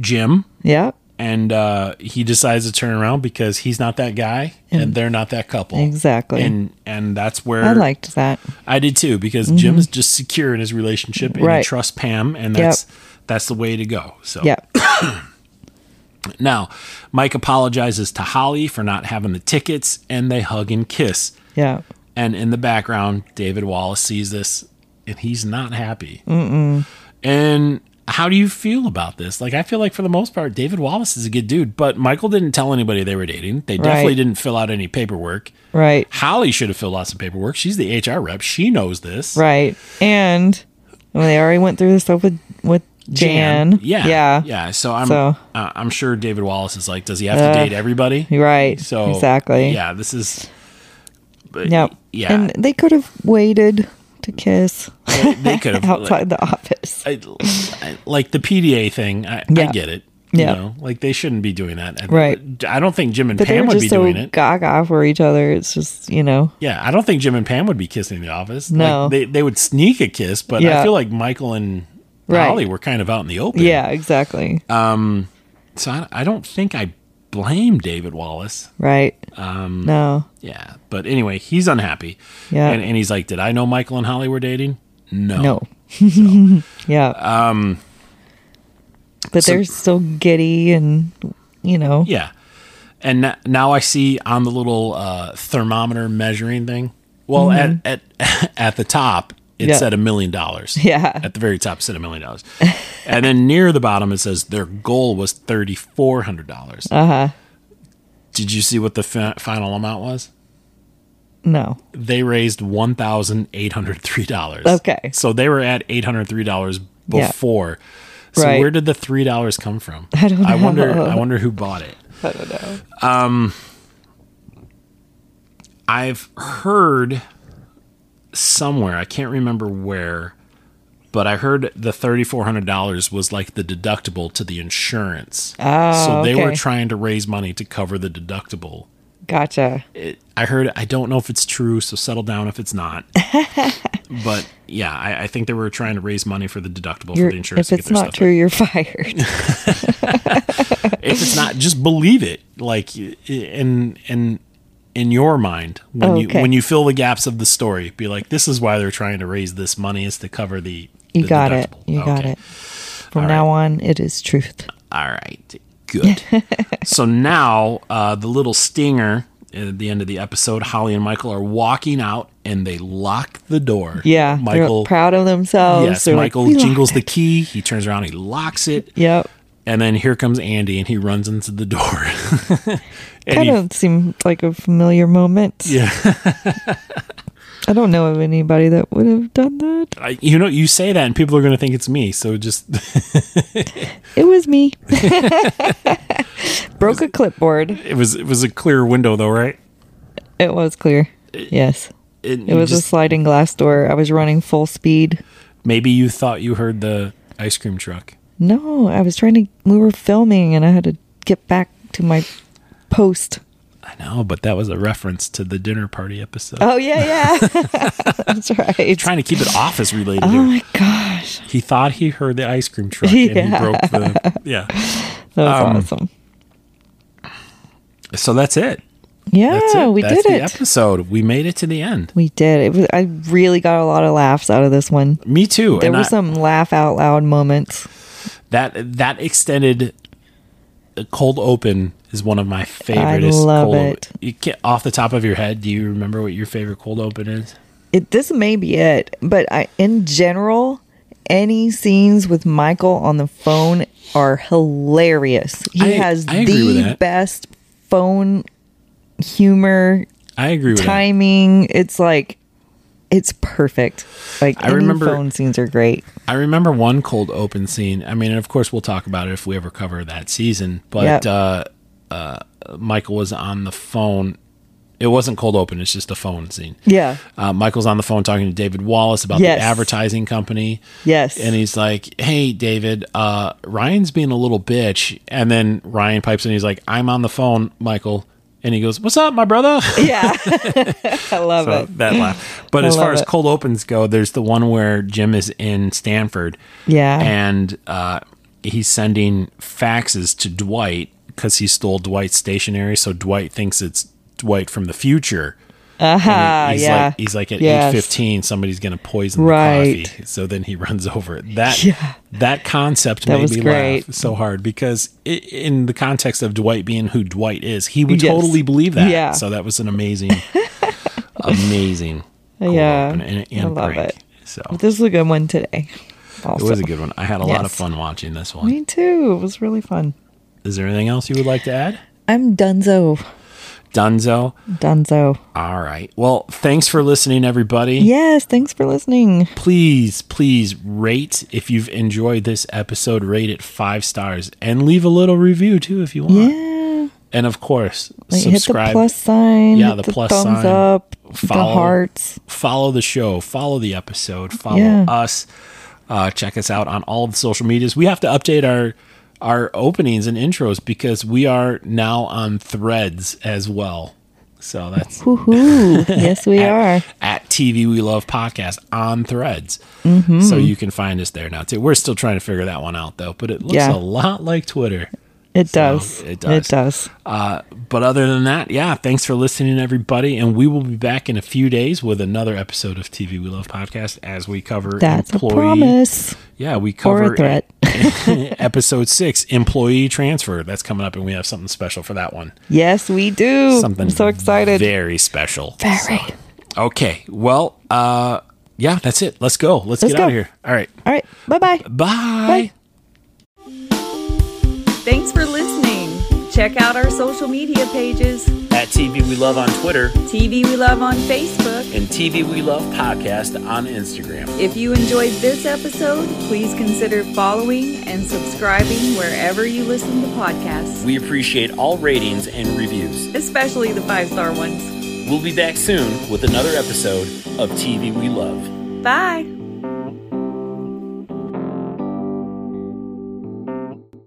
[SPEAKER 2] Jim,
[SPEAKER 3] Yeah.
[SPEAKER 2] and uh, he decides to turn around because he's not that guy, and, they're not that couple.
[SPEAKER 3] Exactly.
[SPEAKER 2] And and that's where
[SPEAKER 3] I liked that.
[SPEAKER 2] I did too because Jim is just secure in his relationship and he
[SPEAKER 3] Right.
[SPEAKER 2] trusts Pam, and that's that's the way to go. So
[SPEAKER 3] Yeah.
[SPEAKER 2] Now, Mike apologizes to Holly for not having the tickets, and they hug and kiss.
[SPEAKER 3] Yeah.
[SPEAKER 2] And in the background, David Wallace sees this and he's not happy. And how do you feel about this? Like, I feel like for the most part, David Wallace is a good dude, but Michael didn't tell anybody they were dating. They definitely
[SPEAKER 3] Right.
[SPEAKER 2] didn't fill out any paperwork.
[SPEAKER 3] Right.
[SPEAKER 2] Holly should have filled out some paperwork. She's the HR rep. She knows this.
[SPEAKER 3] Right. And well, they already went through this stuff with with Jan.
[SPEAKER 2] Yeah.
[SPEAKER 3] Yeah.
[SPEAKER 2] Yeah. So I'm,
[SPEAKER 3] So-
[SPEAKER 2] Uh, I'm sure David Wallace is like, does he have to date everybody?
[SPEAKER 3] You're Right.
[SPEAKER 2] So
[SPEAKER 3] exactly.
[SPEAKER 2] Yeah. This is. but-
[SPEAKER 3] Yep.
[SPEAKER 2] Yeah.
[SPEAKER 3] And they could have waited to kiss
[SPEAKER 2] they could have
[SPEAKER 3] outside the office.
[SPEAKER 2] I, I- like the PDA thing. I, I
[SPEAKER 3] Yeah.
[SPEAKER 2] get it.
[SPEAKER 3] Yeah.
[SPEAKER 2] You know, like they shouldn't be doing that. I-
[SPEAKER 3] Right.
[SPEAKER 2] I don't think Jim and
[SPEAKER 3] But they
[SPEAKER 2] Pam
[SPEAKER 3] were
[SPEAKER 2] would be
[SPEAKER 3] just so
[SPEAKER 2] doing it.
[SPEAKER 3] gaga for each other. It's just you know.
[SPEAKER 2] Yeah. I don't think Jim and Pam would be kissing in the office.
[SPEAKER 3] No.
[SPEAKER 2] Like, they, they would sneak a kiss, but I
[SPEAKER 3] Yeah.
[SPEAKER 2] feel like Michael and
[SPEAKER 3] Right.
[SPEAKER 2] Holly were kind of out in the open.
[SPEAKER 3] Yeah. Exactly.
[SPEAKER 2] Uh, So I, I don't think I blame David Wallace.
[SPEAKER 3] right. Um. No.
[SPEAKER 2] Yeah. But anyway, he's unhappy.
[SPEAKER 3] Yeah.
[SPEAKER 2] And, and he's like, Did I know Michael and Holly were dating? No.
[SPEAKER 3] No. yeah. Um. But
[SPEAKER 2] so-
[SPEAKER 3] they're still giddy and you know.
[SPEAKER 2] Yeah. And n- now I see on the little uh, thermometer measuring thing. Well, at, at at the top it
[SPEAKER 3] Mm-hmm. Yeah.
[SPEAKER 2] said a million dollars.
[SPEAKER 3] Yeah.
[SPEAKER 2] At the very top it said a million dollars, and then near the bottom it says their goal was thirty four hundred dollars.
[SPEAKER 3] Uh huh.
[SPEAKER 2] Did you see what the fi- final amount was?
[SPEAKER 3] No.
[SPEAKER 2] They raised one thousand eight hundred three dollars.
[SPEAKER 3] Okay.
[SPEAKER 2] So they were at eight hundred three dollars
[SPEAKER 3] Yeah.
[SPEAKER 2] before. So
[SPEAKER 3] Right.
[SPEAKER 2] where did the three dollars come from?
[SPEAKER 3] I don't
[SPEAKER 2] I wonder.
[SPEAKER 3] know.
[SPEAKER 2] I wonder who bought it.
[SPEAKER 3] I don't know.
[SPEAKER 2] I've heard somewhere, I can't remember where, but I heard the $3,400 was like the deductible to the insurance.
[SPEAKER 3] Oh,
[SPEAKER 2] so they were
[SPEAKER 3] okay.
[SPEAKER 2] trying to raise money to cover the deductible.
[SPEAKER 3] Gotcha.
[SPEAKER 2] It, I heard, I don't know if it's true, so settle down if it's not. but yeah, I, I think they were trying to raise money for the deductible
[SPEAKER 3] You're,
[SPEAKER 2] for the insurance
[SPEAKER 3] if it's
[SPEAKER 2] to get their
[SPEAKER 3] not
[SPEAKER 2] stuff.
[SPEAKER 3] true, you're fired.
[SPEAKER 2] if it's not just believe it like y- in in in your mind when you
[SPEAKER 3] Okay.
[SPEAKER 2] when you fill the gaps of the story be like this is why they're trying to raise this money is to cover the
[SPEAKER 3] You
[SPEAKER 2] the
[SPEAKER 3] got it.
[SPEAKER 2] deductible."
[SPEAKER 3] You got
[SPEAKER 2] Okay.
[SPEAKER 3] it. From now on, it is truth.
[SPEAKER 2] all right good so now uh the little stinger at the end of the episode holly and michael are walking out and they lock the door
[SPEAKER 3] Yeah.
[SPEAKER 2] michael
[SPEAKER 3] They're proud of themselves.
[SPEAKER 2] yes
[SPEAKER 3] They're like,
[SPEAKER 2] michael
[SPEAKER 3] "We locked
[SPEAKER 2] jingles the
[SPEAKER 3] it."
[SPEAKER 2] key he turns around he locks it
[SPEAKER 3] Yep.
[SPEAKER 2] and then here comes andy and he runs into the door And
[SPEAKER 3] Kind
[SPEAKER 2] he-
[SPEAKER 3] of seemed like a familiar moment.
[SPEAKER 2] Yeah.
[SPEAKER 3] I don't know of anybody that would have done that.
[SPEAKER 2] I, you know, you say that, and people are going to think it's me. So just
[SPEAKER 3] It was me. Broke a clipboard.
[SPEAKER 2] it was it was a clear window, though, right?
[SPEAKER 3] It was clear. Yes. It was a
[SPEAKER 2] just,
[SPEAKER 3] sliding glass door. I was running full speed.
[SPEAKER 2] maybe you thought you heard the ice cream truck.
[SPEAKER 3] No, I was trying to. We were filming and I had to get back to my post.
[SPEAKER 2] I know, but that was a reference to the dinner party episode.
[SPEAKER 3] Oh, yeah, yeah. That's right.
[SPEAKER 2] Trying to keep it office related.
[SPEAKER 3] Oh,
[SPEAKER 2] here.
[SPEAKER 3] my gosh.
[SPEAKER 2] He thought he heard the ice cream truck, and he
[SPEAKER 3] Oh. Yeah.
[SPEAKER 2] broke the yeah.
[SPEAKER 3] That was
[SPEAKER 2] Um,
[SPEAKER 3] awesome.
[SPEAKER 2] So that's it.
[SPEAKER 3] Yeah,
[SPEAKER 2] That's it.
[SPEAKER 3] Ah, we
[SPEAKER 2] That's
[SPEAKER 3] did
[SPEAKER 2] the
[SPEAKER 3] it.
[SPEAKER 2] Episode. We made it to the end.
[SPEAKER 3] We did. It was. I really got a lot of laughs out of this one.
[SPEAKER 2] Me too.
[SPEAKER 3] There
[SPEAKER 2] and
[SPEAKER 3] were
[SPEAKER 2] I-
[SPEAKER 3] some laugh out loud moments.
[SPEAKER 2] that that extended uh, cold open is one of my favorite.
[SPEAKER 3] love
[SPEAKER 2] cold
[SPEAKER 3] it.
[SPEAKER 2] You can't, off the top of your head, do you remember what your favorite cold open is?
[SPEAKER 3] It, this may be it, but I, in general, any scenes with Michael on the phone are hilarious. He
[SPEAKER 2] I-
[SPEAKER 3] has
[SPEAKER 2] I agree with
[SPEAKER 3] the
[SPEAKER 2] that.
[SPEAKER 3] best phone humor
[SPEAKER 2] I agree with that.
[SPEAKER 3] timing. It's like it's perfect. Like
[SPEAKER 2] I
[SPEAKER 3] any
[SPEAKER 2] remember-
[SPEAKER 3] phone scenes are great.
[SPEAKER 2] I remember one cold open scene. I mean, and of course, we'll talk about it if we ever cover that season. But
[SPEAKER 3] Yep.
[SPEAKER 2] uh, uh, Michael was on the phone. It wasn't cold open. It's just a phone scene.
[SPEAKER 3] Yeah.
[SPEAKER 2] Uh, Michael's on the phone talking to David Wallace about
[SPEAKER 3] Yes.
[SPEAKER 2] the advertising company.
[SPEAKER 3] Yes.
[SPEAKER 2] And he's like, "Hey, David, uh, Ryan's being a little bitch." And then Ryan pipes in. He's like, "I'm on the phone, Michael." And he goes, "What's up, my brother?"
[SPEAKER 3] yeah. I love
[SPEAKER 2] So
[SPEAKER 3] it.
[SPEAKER 2] that laugh. But
[SPEAKER 3] I
[SPEAKER 2] as far
[SPEAKER 3] love
[SPEAKER 2] as
[SPEAKER 3] it.
[SPEAKER 2] cold opens go, there's the one where Jim is in Stanford.
[SPEAKER 3] Yeah.
[SPEAKER 2] And uh, he's sending faxes to Dwight because he stole Dwight's stationery. So Dwight thinks it's Dwight from the future.
[SPEAKER 3] Aha,
[SPEAKER 2] And he's
[SPEAKER 3] Uh-huh, yeah.
[SPEAKER 2] like he's like at
[SPEAKER 3] Yes.
[SPEAKER 2] eight fifteen, somebody's gonna poison
[SPEAKER 3] Right.
[SPEAKER 2] the coffee. So then he runs over it. That
[SPEAKER 3] Yeah.
[SPEAKER 2] that concept
[SPEAKER 3] That
[SPEAKER 2] made
[SPEAKER 3] was
[SPEAKER 2] me
[SPEAKER 3] great.
[SPEAKER 2] laugh so hard because i in the context of Dwight being who Dwight is, he would
[SPEAKER 3] Yes.
[SPEAKER 2] totally believe that.
[SPEAKER 3] Yeah.
[SPEAKER 2] So that was an amazing, amazing, cool
[SPEAKER 3] Yeah.
[SPEAKER 2] open and,
[SPEAKER 3] I
[SPEAKER 2] and
[SPEAKER 3] love
[SPEAKER 2] prank.
[SPEAKER 3] it.
[SPEAKER 2] So
[SPEAKER 3] This is a good one today.
[SPEAKER 2] it
[SPEAKER 3] Also.
[SPEAKER 2] was a good one. I had a lot of
[SPEAKER 3] Yes.
[SPEAKER 2] fun watching this one.
[SPEAKER 3] Me too. It was really fun.
[SPEAKER 2] Is there anything else you would like to add,
[SPEAKER 3] I'm Dunzo.
[SPEAKER 2] Dunzo?
[SPEAKER 3] Dunzo.
[SPEAKER 2] All right. Well, thanks for listening, everybody.
[SPEAKER 3] Yes, thanks for listening.
[SPEAKER 2] please, please rate if you've enjoyed this episode. Rate it five stars and leave a little review too if you want.
[SPEAKER 3] Yeah.
[SPEAKER 2] And of course,
[SPEAKER 3] Like hit the
[SPEAKER 2] Uh, subscribe,
[SPEAKER 3] plus sign.
[SPEAKER 2] Yeah,
[SPEAKER 3] hit
[SPEAKER 2] the plus
[SPEAKER 3] thumbs
[SPEAKER 2] sign.
[SPEAKER 3] up.
[SPEAKER 2] Follow.
[SPEAKER 3] The hearts.
[SPEAKER 2] follow the show, follow the episode, follow
[SPEAKER 3] Yeah.
[SPEAKER 2] us. Uh, check us out on all the social medias. We have to update our our openings and intros because we are now on Threads as well. So that's
[SPEAKER 3] Woohoo. yes, we are.
[SPEAKER 2] at TV We Love Podcast on Threads.
[SPEAKER 3] Mm-hmm.
[SPEAKER 2] So you can find us there now too. We're still trying to figure that one out though, but it looks
[SPEAKER 3] Yeah.
[SPEAKER 2] a lot like Twitter.
[SPEAKER 3] It
[SPEAKER 2] So,
[SPEAKER 3] does.
[SPEAKER 2] it does.
[SPEAKER 3] It does.
[SPEAKER 2] Uh, but other than that, yeah, thanks for listening, everybody. And we will be back in a few days with another episode of TV We Love Podcast as we cover
[SPEAKER 3] That's a
[SPEAKER 2] employee.
[SPEAKER 3] promise.
[SPEAKER 2] Yeah, we cover e
[SPEAKER 3] Or a threat.
[SPEAKER 2] episode six, employee transfer. That's coming up, and we have something special for that one.
[SPEAKER 3] Yes, we do.
[SPEAKER 2] Something
[SPEAKER 3] I'm so excited.
[SPEAKER 2] Very special.
[SPEAKER 3] Very.
[SPEAKER 2] Okay. Well, uh, yeah, that's it. Let's go. Let's,
[SPEAKER 3] Let's
[SPEAKER 2] get out
[SPEAKER 3] go.
[SPEAKER 2] of here. All right.
[SPEAKER 3] All right. Bye-bye.
[SPEAKER 2] Bye.
[SPEAKER 1] Thanks for listening. Check out our social media pages
[SPEAKER 2] At TV We Love on Twitter
[SPEAKER 1] TV We Love on Facebook.
[SPEAKER 2] and TV We Love Podcast on Instagram.
[SPEAKER 1] If you enjoyed this episode, please consider following and subscribing wherever you listen to podcasts,
[SPEAKER 2] We appreciate all ratings and reviews.
[SPEAKER 1] especially the five star ones.
[SPEAKER 2] We'll be back soon with another episode of TV We Love.
[SPEAKER 1] Bye.